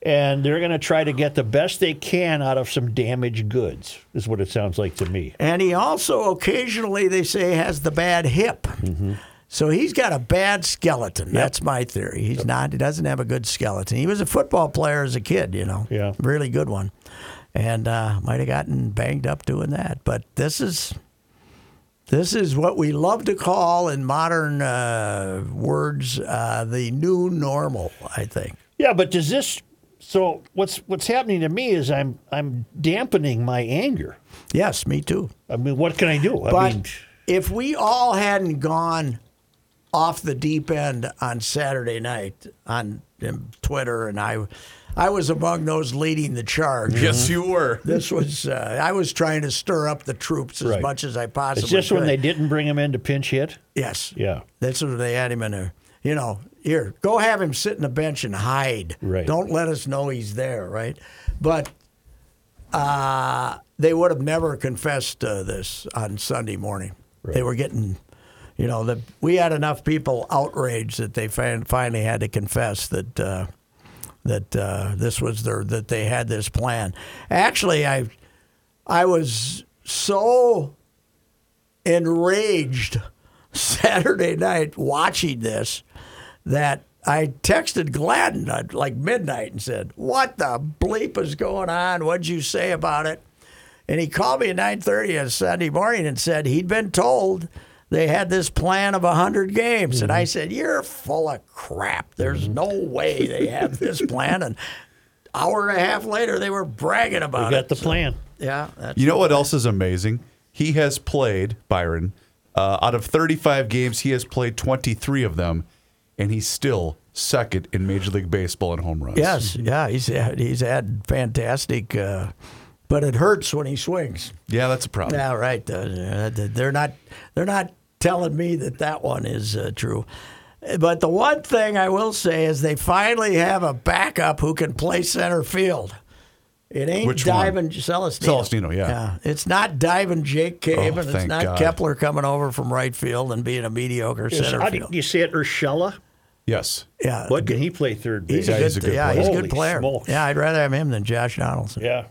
Speaker 3: and they're going to try to get the best they can out of some damaged goods. Is what it sounds like to me.
Speaker 4: And he also occasionally, they say, has the bad hip. So he's got a bad skeleton. That's my theory. He's not. He doesn't have a good skeleton. He was a football player as a kid, you know.
Speaker 3: Yeah.
Speaker 4: Really good one, and uh, might have gotten banged up doing that. But this is. This is what we love to call, in modern uh, words, uh, the new normal. I think.
Speaker 3: Yeah, but does this? So what's what's happening to me is I'm I'm dampening my anger.
Speaker 4: Yes, me too.
Speaker 3: I mean, what can I do? I
Speaker 4: But
Speaker 3: mean,
Speaker 4: if we all hadn't gone off the deep end on Saturday night on um, Twitter, and I, I was among those leading the charge.
Speaker 2: Yes, you were.
Speaker 4: This was uh, I was trying to stir up the troops as
Speaker 3: Right.
Speaker 4: much as I possibly.
Speaker 3: it's just when
Speaker 4: could.
Speaker 3: they didn't bring him in to pinch hit.
Speaker 4: Yes.
Speaker 3: Yeah.
Speaker 4: That's what they had him in there. You know, here, go have him sit in the bench and hide.
Speaker 3: Right.
Speaker 4: Don't let us know he's there, right? But uh, they would have never confessed uh, this on Sunday morning. They were getting, you know, the, we had enough people outraged that they fin- finally had to confess that. Uh, that uh, this was their that they had this plan. Actually, I I was so enraged Saturday night watching this that I texted Gladden at like midnight and said, "What the bleep is going on? What'd you say about it?" And he called me at 9:30 on Sunday morning and said he'd been told they had this plan of 100 games. And I said, "You're full of crap. There's no way they have this plan." And hour and a half later, they were bragging
Speaker 3: We
Speaker 4: about
Speaker 3: got
Speaker 4: it.
Speaker 3: the plan.
Speaker 4: yeah, that's
Speaker 2: You know what else is amazing? He has played Byron. Uh, out of 35 games, he has played 23 of them, and he's still second in Major League Baseball in home runs.
Speaker 4: Yes, yeah, he's had, he's had fantastic, uh, but it hurts when he swings.
Speaker 2: Yeah, that's a problem.
Speaker 4: Yeah, right. Uh, They're not they're not telling me that that one is uh, true. But the one thing I will say is they finally have a backup who can play center field. It ain't
Speaker 2: Which one?
Speaker 4: diving Celestino.
Speaker 2: Celestino, yeah.
Speaker 4: It's not diving Jake Cave,
Speaker 2: Oh,
Speaker 4: and it's
Speaker 2: thank
Speaker 4: not
Speaker 2: God.
Speaker 4: Kepler coming over from right field and being a mediocre center
Speaker 3: How
Speaker 4: field.
Speaker 3: did you say it, Urshela?
Speaker 2: Yes.
Speaker 4: yeah,
Speaker 3: What can he play third base?
Speaker 4: he's, a good,
Speaker 2: he's a good
Speaker 4: yeah, he's
Speaker 3: player.
Speaker 4: a good
Speaker 3: Holy
Speaker 4: player.
Speaker 3: smokes.
Speaker 4: Yeah, I'd rather have him than Josh Donaldson.
Speaker 3: Yeah,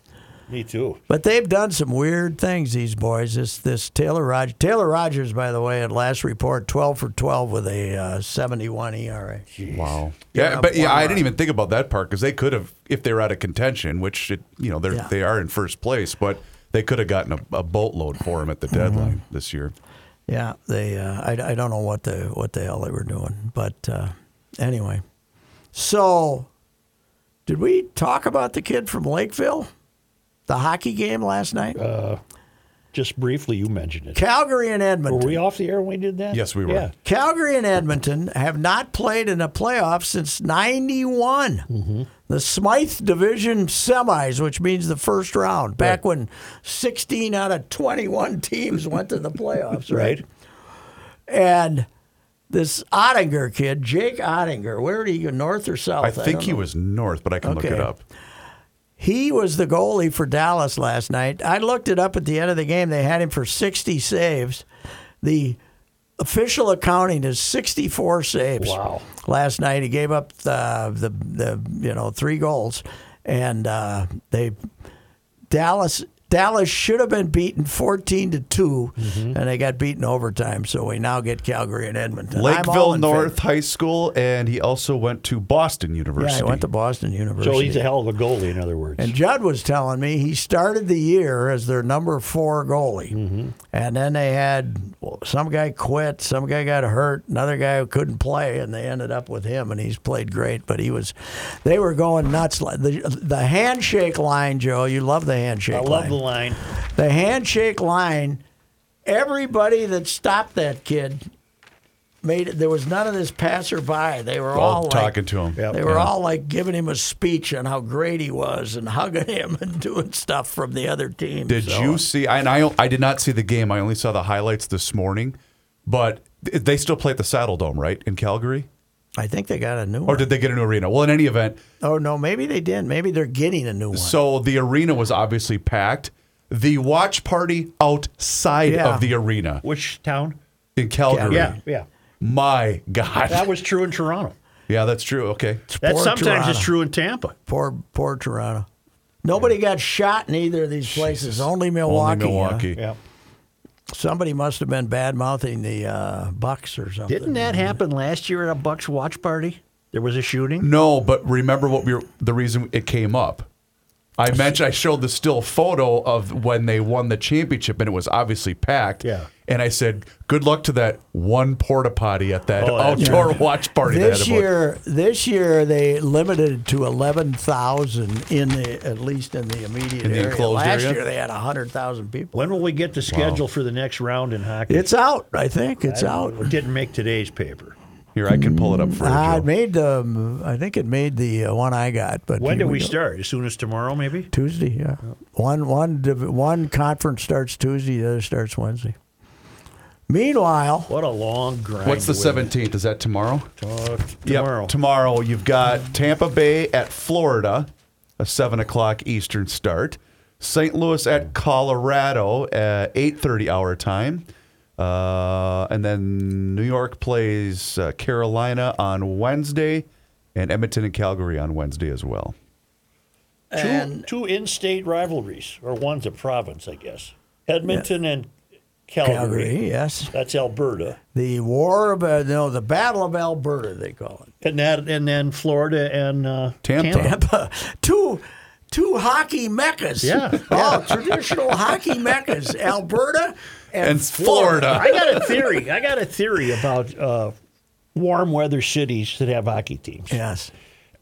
Speaker 3: me too.
Speaker 4: But they've done some weird things, these boys. This this Taylor Rogers. Taylor Rogers, by the way, at last report, twelve for twelve with a uh, seventy-one ERA.
Speaker 2: Wow. Yeah,
Speaker 4: Yeah,
Speaker 2: but yeah,
Speaker 4: one
Speaker 2: I
Speaker 4: run.
Speaker 2: didn't even think about that part because they could have, if they were out of contention, which it, you know they're
Speaker 4: Yeah.
Speaker 2: they are in first place, but they could have gotten a, a boatload for him at
Speaker 4: Mm-hmm.
Speaker 2: the deadline this year.
Speaker 4: Yeah, they. Uh, I, I don't know what the what the hell they were doing, but uh, anyway. So, did we talk about the kid from Lakeville, the hockey game last night?
Speaker 3: Just briefly, you mentioned it.
Speaker 4: Calgary and
Speaker 3: Were
Speaker 4: Edmonton.
Speaker 3: we off the air when we did that?
Speaker 2: Yes, we were.
Speaker 3: Yeah.
Speaker 4: Calgary and Edmonton have not played in a playoff since 91.
Speaker 2: Mm-hmm.
Speaker 4: The Smythe Division semis, which means the first round, back when 16 out of 21 teams went to the playoffs, right?
Speaker 3: Right.
Speaker 4: And this Ottinger kid, Jake Ottinger, where did he go, north or south?
Speaker 2: I think
Speaker 4: don't
Speaker 2: he
Speaker 4: know.
Speaker 2: was north, but I can look
Speaker 4: Okay.
Speaker 2: it up.
Speaker 4: He was the goalie for Dallas last night. I looked it up at the end of the game. They had him for 60 saves. The official accounting is 64 saves.
Speaker 3: Wow.
Speaker 4: Last night he gave up the the, the you know three goals, and uh, they Dallas Dallas should have been beaten 14 to 2
Speaker 3: Mm-hmm.
Speaker 4: and they got beaten overtime. So we now get Calgary and Edmonton. I'm all
Speaker 2: Lakeville
Speaker 4: in favor.
Speaker 2: North High School, and he also went to Boston
Speaker 4: Yeah,
Speaker 2: University.
Speaker 4: I went to Boston University.
Speaker 3: So he's a hell of a goalie, in other words.
Speaker 4: And Judd was telling me he started the year as their number four goalie.
Speaker 3: Mm-hmm.
Speaker 4: And then they had well, some guy quit, some guy got hurt, another guy who couldn't play, and they ended up with him, and he's played great. But he was, they were going nuts. The, the handshake line, Joe, you love the handshake
Speaker 3: I
Speaker 4: line.
Speaker 3: love the line.
Speaker 4: The handshake line, everybody that stopped that kid made it. There was none of this passerby. They were
Speaker 2: All
Speaker 4: all, like-
Speaker 2: talking to him.
Speaker 4: They were all like giving him a speech on how great he was and hugging him and doing stuff from the other team.
Speaker 2: Did
Speaker 4: so- uh,
Speaker 2: you see? And I, I did not see the game. I only saw the highlights this morning. But th- they still play at the Saddle Dome, right, in Calgary?
Speaker 4: I think they got a new
Speaker 2: Or
Speaker 4: one.
Speaker 2: did they get a new arena? Well, in any event,
Speaker 4: Oh no, maybe they didn't. Maybe they're getting a new one.
Speaker 2: so the arena was obviously packed. The watch party outside
Speaker 4: Yeah.
Speaker 2: of the arena
Speaker 3: Which town?
Speaker 2: in Calgary.
Speaker 3: Yeah, yeah.
Speaker 2: My God.
Speaker 3: That was true in Toronto.
Speaker 2: yeah, that's true. Okay.
Speaker 3: That
Speaker 4: Poor
Speaker 3: sometimes
Speaker 4: Toronto.
Speaker 3: is true in Tampa.
Speaker 4: Poor, poor Toronto. Nobody got shot in either of these places. Only Milwaukee.
Speaker 2: Only Milwaukee.
Speaker 3: Yeah.
Speaker 4: Somebody must have been bad mouthing the uh, Bucks or something.
Speaker 3: Didn't that happen last year at a Bucks watch party? There was a shooting.
Speaker 2: No, but remember what we were, the reason it came up. I mentioned I showed the still photo of when they won the championship and it was obviously packed.
Speaker 3: Yeah.
Speaker 2: And I said, good luck to that one porta potty at that
Speaker 3: Oh, that's
Speaker 2: outdoor watch party. they
Speaker 4: This
Speaker 2: had about-
Speaker 4: year, this year they limited it to eleven thousand in the at least in the immediate
Speaker 2: In the
Speaker 4: area.
Speaker 2: enclosed
Speaker 4: Last
Speaker 2: area?
Speaker 4: year they had hundred thousand people.
Speaker 3: When will we get the schedule for the next round in hockey?
Speaker 4: It's out, I think. It's out.
Speaker 3: It didn't make today's paper.
Speaker 2: Here, I can pull it up for you.
Speaker 4: Uh, it
Speaker 2: Joe.
Speaker 4: made the. I think it made the uh, one I got. But
Speaker 3: When do
Speaker 4: here
Speaker 3: we
Speaker 4: go.
Speaker 3: start? As soon as tomorrow, maybe?
Speaker 4: Tuesday, yeah. One one div- one conference starts Tuesday, the other starts Wednesday. Meanwhile,
Speaker 3: What a long grind.
Speaker 2: What's the
Speaker 3: with-
Speaker 2: 17th? Is that tomorrow?
Speaker 3: Uh,
Speaker 2: Yep,
Speaker 3: tomorrow.
Speaker 2: tomorrow, you've got Tampa Bay at Florida, a seven o'clock Eastern start. St. Louis at Colorado at eight thirty hour time, uh, and then New York plays uh, Carolina on Wednesday, and Edmonton and Calgary on Wednesday as well.
Speaker 3: Two, two in-state rivalries, or one's a province, I guess. Edmonton and Calgary.
Speaker 4: Calgary, yes,
Speaker 3: That's Alberta,
Speaker 4: the War of uh, no, the Battle of Alberta, they call it.
Speaker 3: and that, and then Florida and uh,
Speaker 2: Tampa.
Speaker 4: two two hockey meccas.
Speaker 3: Yeah.
Speaker 4: oh, traditional hockey meccas, Alberta and,
Speaker 2: And Florida,
Speaker 3: I got a theory. I got a theory about uh, warm weather cities that have hockey teams.
Speaker 4: Yes.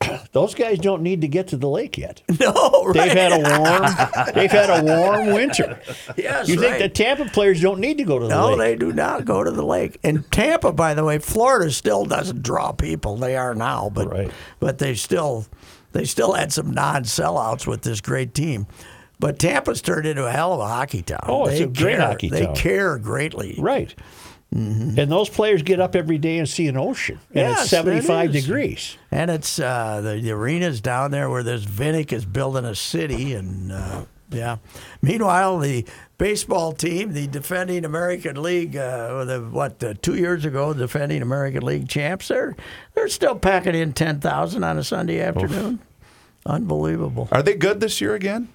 Speaker 3: Those guys don't need to get to the lake yet.
Speaker 4: No, right.
Speaker 3: They've had a warm. they've had a warm winter.
Speaker 4: Yes,
Speaker 3: You think
Speaker 4: right.
Speaker 3: the Tampa players don't need to go to the
Speaker 4: No,
Speaker 3: lake?
Speaker 4: they do not go to the lake. And Tampa, by the way, Florida still doesn't draw people. They are now, but
Speaker 3: Right.
Speaker 4: but they still they still had some non-sellouts with this great team. But Tampa's turned into a hell of a hockey town.
Speaker 3: Oh, it's
Speaker 4: They
Speaker 3: a great
Speaker 4: care.
Speaker 3: hockey
Speaker 4: they
Speaker 3: town.
Speaker 4: care greatly.
Speaker 3: Right. And those players get up every day and see an ocean, and
Speaker 4: Mm-hmm. Yes,
Speaker 3: it's seventy-five
Speaker 4: it is.
Speaker 3: degrees.
Speaker 4: And it's uh, the, the arena's down there where this Vinnick is building a city. And uh, yeah. Meanwhile, the baseball team, the defending American League, uh, the, what, uh, two years ago, defending American League champs, they're, they're still packing in 10,000 on a Sunday afternoon. Unbelievable.
Speaker 2: are they good this year again?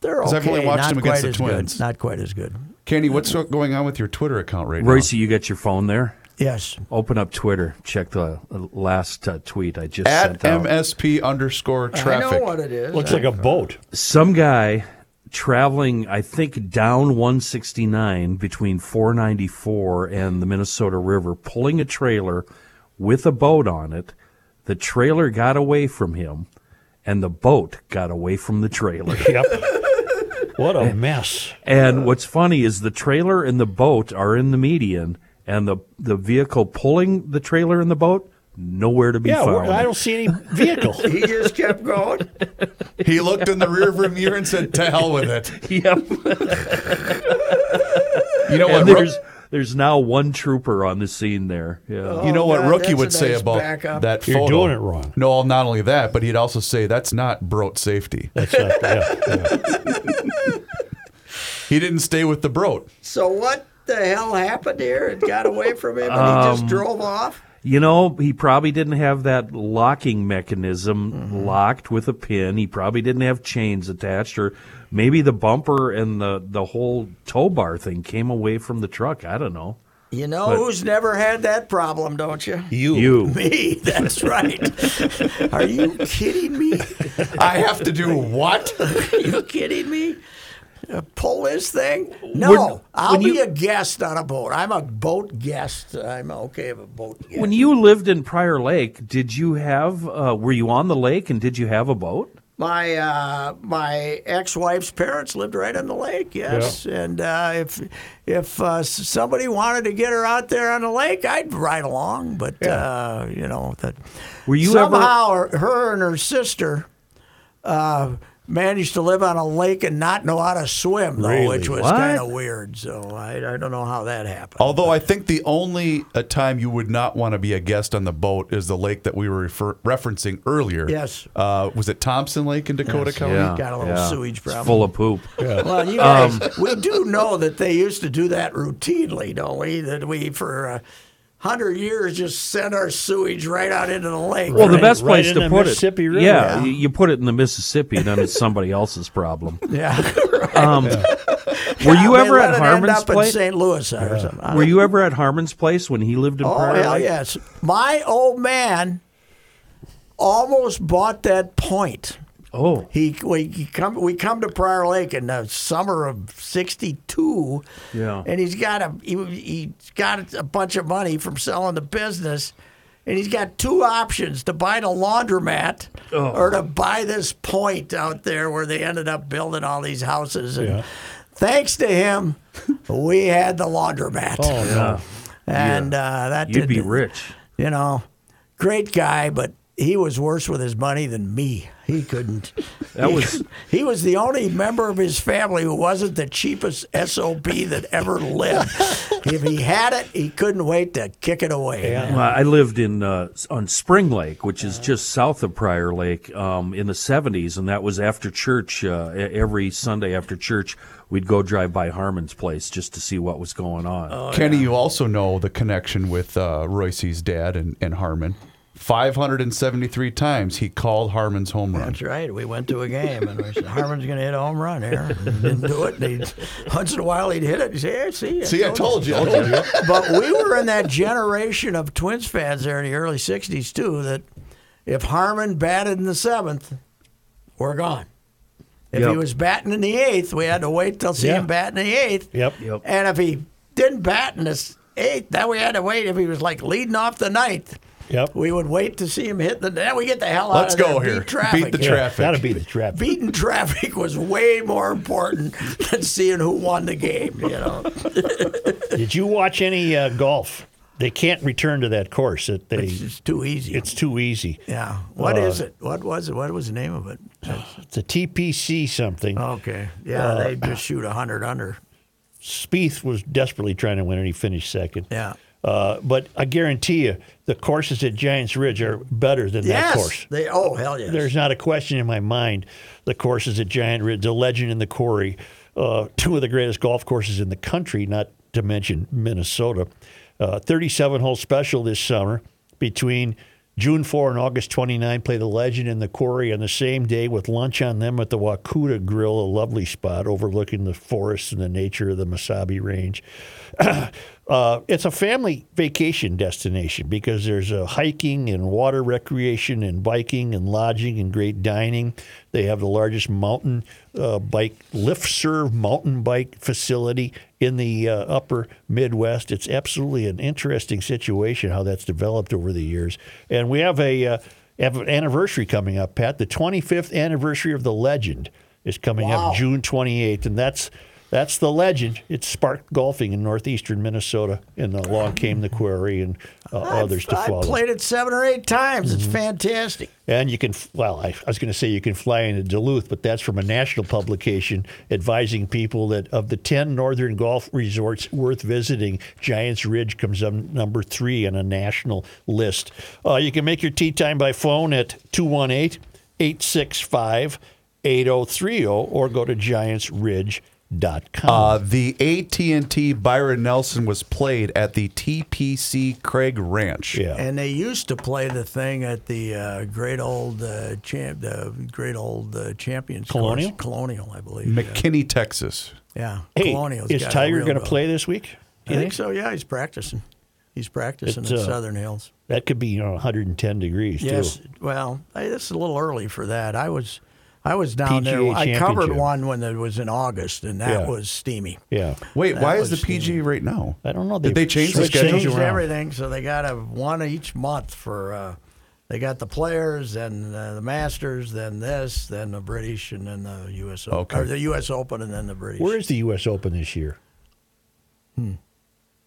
Speaker 4: They're
Speaker 2: 'Cause
Speaker 4: okay.
Speaker 2: I've only watched
Speaker 4: not
Speaker 2: them against
Speaker 4: quite
Speaker 2: the
Speaker 4: as good.
Speaker 2: Twins.
Speaker 4: Not quite as good.
Speaker 2: Kenny, what's going on with your Twitter account right now?
Speaker 5: Royce, you got your phone there?
Speaker 4: Yes.
Speaker 5: Open up Twitter. Check the last uh, tweet I just
Speaker 2: At
Speaker 5: sent out.
Speaker 2: MSP underscore traffic.
Speaker 4: I know what it is.
Speaker 3: Looks like a boat.
Speaker 5: Some guy traveling, I think, down 169 between 494 and the Minnesota River, pulling a trailer with a boat on it. The trailer got away from him, and the boat got away from the trailer.
Speaker 3: Yep. what a mess.
Speaker 5: And what's funny is the trailer and the boat are in the median, and the the vehicle pulling the trailer and the boat nowhere to be
Speaker 3: Yeah,
Speaker 5: found.
Speaker 3: we're- I don't see any vehicle.
Speaker 4: he just kept going.
Speaker 2: He looked in the rearview mirror and said, "To hell with it."
Speaker 5: Yep.
Speaker 2: You know what?
Speaker 5: And
Speaker 2: Ro-
Speaker 5: there's there's now one trooper on the scene there. Yeah.
Speaker 2: you know
Speaker 4: Oh,
Speaker 2: what
Speaker 4: God,
Speaker 2: Rookie
Speaker 4: that's
Speaker 2: would
Speaker 4: a
Speaker 2: say
Speaker 4: nice
Speaker 2: about
Speaker 4: backup.
Speaker 2: that
Speaker 3: You're
Speaker 2: photo.
Speaker 3: doing it wrong.
Speaker 2: No, not only that, but he'd also say that's not broat safety.
Speaker 3: That's not, yeah, yeah.
Speaker 2: He didn't stay with the broat.
Speaker 4: So what the hell happened here? It got away from him and he
Speaker 2: Um,
Speaker 4: just drove off?
Speaker 5: You know, he probably didn't have that locking mechanism locked with a pin. He probably didn't have chains attached, or maybe the bumper and the, the whole tow bar thing came away from the truck. I don't know.
Speaker 4: You know who's never had that problem, don't you?
Speaker 5: You. You.
Speaker 4: Me, that's right. Are you kidding me?
Speaker 2: I have to do what?
Speaker 4: Are you kidding me? Uh, Pull this thing? No,
Speaker 5: When-
Speaker 4: I'll
Speaker 5: when
Speaker 4: be
Speaker 5: you-
Speaker 4: a guest on a boat. I'm a boat guest. I'm okay with a boat guest.
Speaker 5: When you lived in Prior Lake, did you have? Uh, were you on the lake, and did you have a boat?
Speaker 4: My uh, my ex-wife's parents lived right on the lake. Yes, and uh, if if uh, s- somebody wanted to get her out there on the lake, I'd ride along. But uh, you know that
Speaker 5: Were you ever-
Speaker 4: somehow her, her and her sister uh, managed to live on a lake and not know how to swim, though,
Speaker 3: Really?
Speaker 4: which was
Speaker 5: What?
Speaker 4: kind of weird. So I, I don't know how that happened.
Speaker 2: Although I think the only uh time you would not want to be a guest on the boat is the lake that we were refer- referencing earlier.
Speaker 4: Yes.
Speaker 2: Uh, was it Thompson Lake in Dakota County?
Speaker 4: Got a little sewage
Speaker 5: It's
Speaker 4: problem.
Speaker 5: full of poop.
Speaker 4: Well, you
Speaker 5: Um,
Speaker 4: guys, we do know that they used to do that routinely, don't we? That we, for a hundred years, just sent our sewage right out into the lake.
Speaker 5: Well, the
Speaker 3: Right-
Speaker 5: best
Speaker 3: right
Speaker 5: place
Speaker 3: in
Speaker 5: to
Speaker 3: the
Speaker 5: put
Speaker 3: Mississippi
Speaker 5: it,
Speaker 3: River.
Speaker 5: yeah,
Speaker 4: Yeah.
Speaker 5: y- you put it in the Mississippi, then it's somebody else's problem.
Speaker 4: yeah.
Speaker 5: Um, Were you
Speaker 4: They
Speaker 5: ever
Speaker 4: let
Speaker 5: at
Speaker 4: it end
Speaker 5: Harmon's
Speaker 4: up in
Speaker 5: place?
Speaker 4: St. Louis or something.
Speaker 5: Were you ever at Harmon's place when he lived in
Speaker 4: Oh
Speaker 5: Prairie
Speaker 4: hell
Speaker 5: Lake?
Speaker 4: yes! My old man almost bought that point.
Speaker 5: Oh,
Speaker 4: He we he come we come to Prior Lake in the summer of '62.
Speaker 5: Yeah.
Speaker 4: and he's got a he, he's got a bunch of money from selling the business, and he's got two options: to buy the laundromat
Speaker 5: Oh.
Speaker 4: or to buy this point out there where they ended up building all these houses. And
Speaker 3: Yeah.
Speaker 4: thanks to him, we had the laundromat,
Speaker 3: Oh, no.
Speaker 4: and uh, that did-
Speaker 5: you'd be rich.
Speaker 4: you know, great guy, but he was worse with his money than me. He couldn't.
Speaker 5: That was
Speaker 4: He was the only member of his family who wasn't the cheapest SOB that ever lived. if he had it, he couldn't wait to kick it away.
Speaker 5: Well, I lived in uh, s- on Spring Lake, which is just south of Prior Lake, um, in the '70s, and that was after church. Uh, e- every Sunday after church, we'd go drive by Harmon's place just to see what was going on.
Speaker 4: Oh,
Speaker 2: Kenny, you also know the connection with uh, Royce's dad and, and Harmon. 573 times he called Harmon's home run.
Speaker 4: That's right. We went to a game and we said, Harmon's going to hit a home run here. And he didn't do it. And he'd, once in a while, he'd hit it. He'd say, "Yeah, see, I
Speaker 2: See, I told you. I told you.
Speaker 4: but we were in that generation of Twins fans there in the early '60s too. That if Harmon batted in the seventh, we're gone. If he
Speaker 5: Yep.
Speaker 4: was batting in the eighth, we had to wait till see
Speaker 3: Yeah.
Speaker 4: him bat in the eighth.
Speaker 3: Yep. Yep.
Speaker 4: And if he didn't bat in the s- eighth, then we had to wait. If he was like leading off the ninth,
Speaker 3: Yep.
Speaker 4: we would wait to see him hit the. Then we get the hell
Speaker 2: Let's
Speaker 4: out of
Speaker 2: go
Speaker 4: there.
Speaker 2: here.
Speaker 4: Beat traffic.
Speaker 2: Beat the
Speaker 3: Yeah,
Speaker 2: traffic.
Speaker 3: That'll be the traffic.
Speaker 4: Beating traffic was way more important than seeing who won the game. You know.
Speaker 3: Did you watch any uh, golf? They can't return to that course. That they,
Speaker 4: It's just too easy.
Speaker 3: it's too easy.
Speaker 4: Yeah. What
Speaker 3: Uh,
Speaker 4: is it? What was it? What was the name of it?
Speaker 3: It's a TPC something.
Speaker 4: Okay. Yeah,
Speaker 3: Uh,
Speaker 4: they just shoot a hundred under.
Speaker 3: Spieth was desperately trying to win, and he finished second.
Speaker 4: Yeah.
Speaker 3: Uh, but I guarantee you, the courses at Giants Ridge are better than that
Speaker 4: Yes.
Speaker 3: course.
Speaker 4: They. Oh hell yes.
Speaker 3: There's not a question in my mind. The courses at Giant Ridge, the Legend and the Quarry, uh, two of the greatest golf courses in the country, not to mention Minnesota. Uh, 37 hole special this summer between June 4 and August 29. Play the Legend and the Quarry on the same day with lunch on them at the Wakuta Grill, a lovely spot overlooking the forests and the nature of the Mesabi Range. Uh, it's a family vacation destination because there's a hiking and water recreation and biking and lodging and great dining. They have the largest mountain uh, bike lift serve mountain bike facility in the uh, upper Midwest. It's absolutely an interesting situation how that's developed over the years. And we have a uh, have an anniversary coming up, Pat. The 25th anniversary of the legend is coming up June 28th, and that's that's the legend. It sparked golfing in northeastern Minnesota, and along came the quarry and uh, others to
Speaker 4: I
Speaker 3: follow. Mm-hmm.
Speaker 4: played it seven or eight times. It's fantastic.
Speaker 3: And you can, f- well, I, I was going to say you can fly into Duluth, but that's from a national publication advising people that of the 10 northern golf resorts worth visiting, Giants Ridge comes up number three on a national list. Uh, you can make your tea time by phone at 218 865 8030 or go to giantsridge.com.
Speaker 2: Uh, the AT&T Byron Nelson was played at the TPC Craig Ranch.
Speaker 3: yeah.
Speaker 4: And they used to play the thing at the uh, great old uh, champ, the great old uh, champions course.
Speaker 3: Colonial?
Speaker 4: Colonial, I believe. yeah.
Speaker 2: McKinney, Texas.
Speaker 4: yeah.
Speaker 3: hey,
Speaker 4: Colonial's
Speaker 3: is
Speaker 4: got a
Speaker 3: Tiger
Speaker 4: real
Speaker 3: going to
Speaker 4: go.
Speaker 3: play this week?
Speaker 4: I think so. Yeah, he's practicing. He's practicing
Speaker 3: It's,
Speaker 4: in
Speaker 3: uh,
Speaker 4: Southern Hills.
Speaker 3: That could be you know, 110 degrees,
Speaker 4: Yes.
Speaker 3: too.
Speaker 4: Well, I, this is a little early for that. I was, I was down there.
Speaker 3: PGA
Speaker 4: I covered
Speaker 3: Championship.
Speaker 4: one when it was in August, and that
Speaker 3: Yeah.
Speaker 4: was steamy.
Speaker 3: Yeah.
Speaker 2: Wait, why is
Speaker 4: was
Speaker 2: the PGA right now?
Speaker 3: I don't know.
Speaker 2: Did they change the
Speaker 3: switched
Speaker 2: schedule?
Speaker 3: things
Speaker 4: Changed
Speaker 3: around.
Speaker 4: everything, so they got a one each month for. Uh, they They got the players, then uh, the Masters, then this, then the British, and then the U.S. Open,
Speaker 2: Okay.
Speaker 4: or the U.S. Open, and then the British.
Speaker 3: Where is the U.S. Open this year?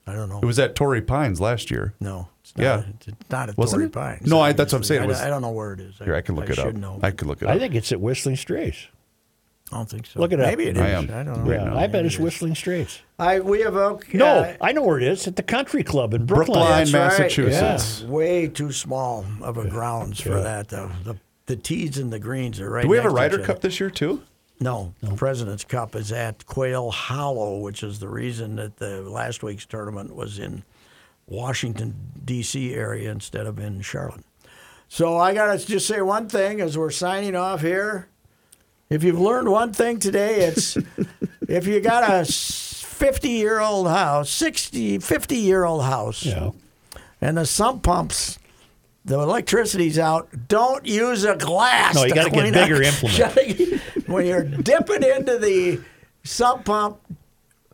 Speaker 4: I don't know.
Speaker 2: It was at Torrey Pines last year.
Speaker 4: no, it's not,
Speaker 2: Yeah.
Speaker 4: it's not at
Speaker 2: Wasn't
Speaker 4: Torrey
Speaker 2: it?
Speaker 4: Pines.
Speaker 2: No, I- that's what I'm saying. It
Speaker 4: I,
Speaker 2: was-
Speaker 4: I don't know where it is.
Speaker 2: Here, I can look it up.
Speaker 4: should Know.
Speaker 2: I could look it up.
Speaker 3: I think it's at Whistling Straits.
Speaker 4: I don't think so.
Speaker 3: Look it up.
Speaker 4: Maybe it is.
Speaker 2: I
Speaker 4: I,
Speaker 2: am
Speaker 4: don't know.
Speaker 2: right now.
Speaker 3: I bet it's Whistling Straits.
Speaker 6: I we have okay.
Speaker 3: No,
Speaker 6: uh,
Speaker 3: I know where it is. It's at the Country Club in Brookline.
Speaker 2: Brookline,
Speaker 6: That's right,
Speaker 2: Massachusetts.
Speaker 4: Way too small of a grounds for that, though. The the tees and the greens are right.
Speaker 2: Do we have a
Speaker 4: next to
Speaker 2: Ryder
Speaker 4: each
Speaker 2: Cup
Speaker 4: other.
Speaker 2: this year too?
Speaker 4: No, the President's Cup is at Quail Hollow, which is the reason that the last week's tournament was in Washington D.C. area instead of in Charlotte. So I gotta just say one thing as we're signing off here. If you've learned one thing today, it's if you got a 50 year old house, 60, 50 year old house,
Speaker 3: Yeah.
Speaker 4: and the sump pumps, the electricity's out. Don't use a glass.
Speaker 3: No, you gotta
Speaker 4: to
Speaker 3: get
Speaker 4: clean out-
Speaker 3: bigger implement.
Speaker 4: shutting- when you're dipping into the sump pump,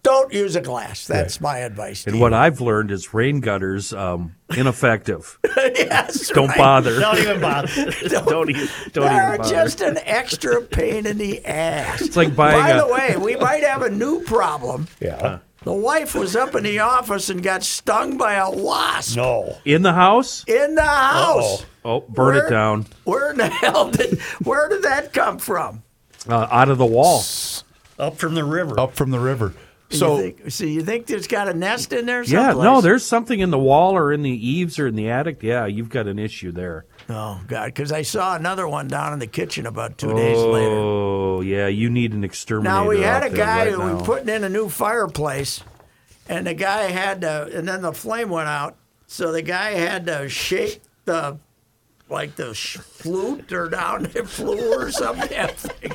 Speaker 4: don't use a glass. That's my advice. to
Speaker 5: And
Speaker 4: you.
Speaker 5: what I've learned is rain gutters um, ineffective.
Speaker 4: Yes,
Speaker 5: Don't
Speaker 4: right.
Speaker 5: bother.
Speaker 3: Don't even bother.
Speaker 4: Don't,
Speaker 5: Don't e- don't
Speaker 4: they're
Speaker 5: even bother.
Speaker 4: just an extra pain in the ass. It's
Speaker 5: like buying
Speaker 4: By
Speaker 5: a-
Speaker 4: the way, we might have a new problem.
Speaker 3: yeah.
Speaker 4: The wife was up in the office and got stung by a wasp
Speaker 3: no.
Speaker 5: In the house?
Speaker 4: in the house.
Speaker 5: Oh, burn
Speaker 4: Where-
Speaker 5: it down.
Speaker 4: Where in the hell did where did that come from?
Speaker 5: Uh, out of the wall.
Speaker 3: Up from the river.
Speaker 2: Up from the river.
Speaker 4: So you
Speaker 2: So
Speaker 4: think, so you think there's got a nest in there?
Speaker 5: Yeah,
Speaker 4: Someplace?
Speaker 5: no, there's something in the wall or in the eaves or in the attic. Yeah, you've got an issue there.
Speaker 4: Oh God, because I saw another one down in the kitchen about two days later.
Speaker 5: Oh, yeah, you need an exterminator.
Speaker 4: Now we had
Speaker 5: out
Speaker 4: a
Speaker 5: there
Speaker 4: guy
Speaker 5: right
Speaker 4: who
Speaker 5: now.
Speaker 4: was putting in a new fireplace, and the guy had to, and then the flame went out, so the guy had to shake the. Like the sh- flute or down the flue or something.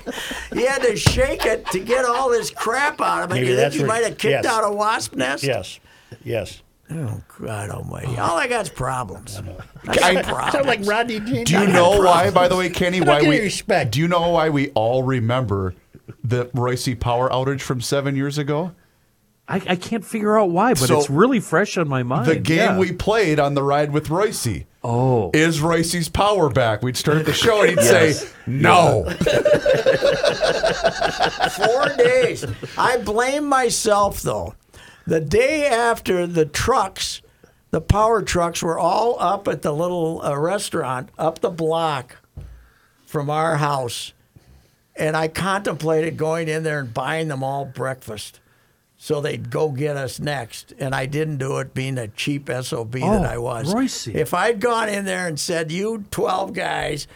Speaker 4: he had to shake it to get all this crap out of it.
Speaker 3: Maybe
Speaker 4: you think
Speaker 3: that's
Speaker 4: he
Speaker 3: where-
Speaker 4: might have kicked
Speaker 3: yes.
Speaker 4: out a wasp nest?
Speaker 3: Yes. Yes.
Speaker 4: Oh God Almighty! All I got is problems. I got problems.
Speaker 3: Sound like Rodney James.
Speaker 2: do you know why, by the way, Kenny,
Speaker 3: don't
Speaker 2: why
Speaker 3: get
Speaker 2: we
Speaker 3: any respect.
Speaker 2: do you know why we all remember the Royce power outage from seven years ago?
Speaker 5: I, I can't figure out why, but
Speaker 2: So-
Speaker 5: it's really fresh on my mind.
Speaker 2: The game
Speaker 5: yeah.
Speaker 2: we played on the ride with Royce.
Speaker 5: Oh.
Speaker 2: Is Royce's power back? We'd start the show and he'd say,
Speaker 5: Yes.
Speaker 2: No.
Speaker 4: four days. I blame myself though. The day after the trucks, the power trucks were all up at the little uh, restaurant up the block from our house, and I contemplated going in there and buying them all breakfast. So they'd go get us next, and I didn't do it, being a cheap sob that I was.
Speaker 5: Royce.
Speaker 4: If I'd gone in there and said, "You twelve guys,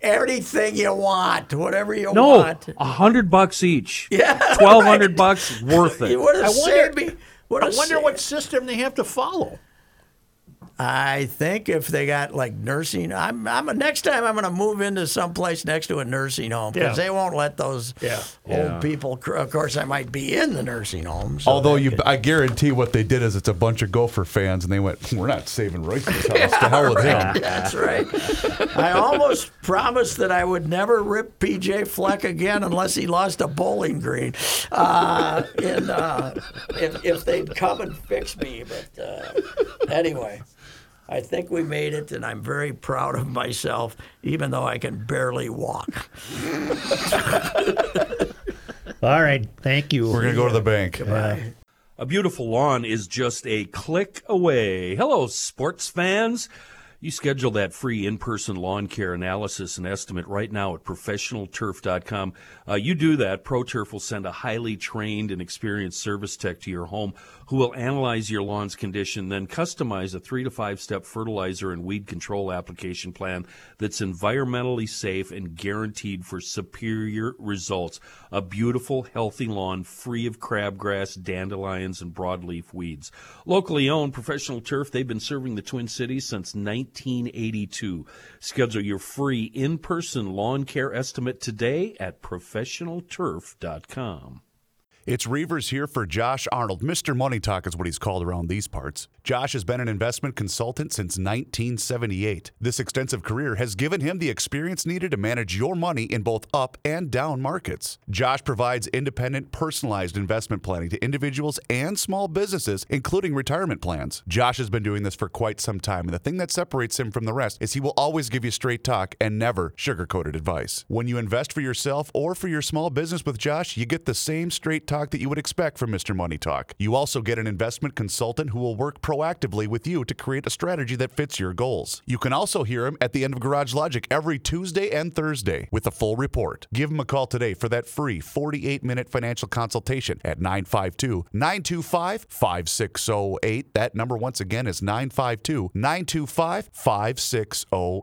Speaker 4: everything you want, whatever you
Speaker 5: No,
Speaker 4: want,"
Speaker 5: a hundred bucks each.
Speaker 4: Yeah,
Speaker 5: twelve hundred
Speaker 4: right.
Speaker 5: bucks worth it.
Speaker 4: You would
Speaker 3: I
Speaker 4: have
Speaker 3: wonder-
Speaker 4: saved me. Would
Speaker 3: I
Speaker 4: have
Speaker 3: wonder
Speaker 4: saved-
Speaker 3: what system they have to follow.
Speaker 4: I think if they got like nursing, I'm. I'm next time I'm going to move into someplace next to a nursing home because
Speaker 3: Yeah.
Speaker 4: they won't let those
Speaker 3: Yeah.
Speaker 4: old people. cr- Of course, I might be in the nursing home. So
Speaker 2: Although you, I guarantee what they did is it's a bunch of Gopher fans, and they went, "We're not saving Royce's house. to hell with him."
Speaker 4: that's right. I almost promised that I would never rip PJ Fleck again unless he lost a bowling green, uh, in, uh, if, if they'd come and fix me. But uh, anyway, I think we made it, and I'm very proud of myself, even though I can barely walk.
Speaker 3: All right. Thank you.
Speaker 2: We're gonna go to the bank.
Speaker 5: A beautiful lawn is just a click away. Hello, sports fans. You schedule that free in-person lawn care analysis and estimate right now at professionalturf.com. Uh, you do that, ProTurf will send a highly trained and experienced service tech to your home who will analyze your lawn's condition, then customize a three to five step fertilizer and weed control application plan that's environmentally safe and guaranteed for superior results. A beautiful, healthy lawn free of crabgrass, dandelions, and broadleaf weeds. Locally owned Professional Turf, they've been serving the Twin Cities since 1982. Schedule your free in person lawn care estimate today at professionalturf.com.
Speaker 2: It's Reavers here for Josh Arnold. Mr. Money Talk is what he's called around these parts. Josh has been an investment consultant since 1978. This extensive career has given him the experience needed to manage your money in both up and down markets. Josh provides independent, personalized investment planning to individuals and small businesses, including retirement plans. Josh has been doing this for quite some time, and the thing that separates him from the rest is he will always give you straight talk and never sugar-coated advice. When you invest for yourself or for your small business with Josh, you get the same straight talk that you would expect from Mr. Money Talk. You also get an investment consultant who will work proactively with you to create a strategy that fits your goals. You can also hear him at the end of Garage Logic every Tuesday and Thursday with a full report. Give him a call today for that free 48 minute financial consultation at 952 925 5608. That number, once again, is 952 925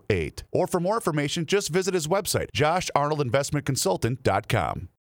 Speaker 2: 5608. Or for more information, just visit his website, josharnoldinvestmentconsultant.com.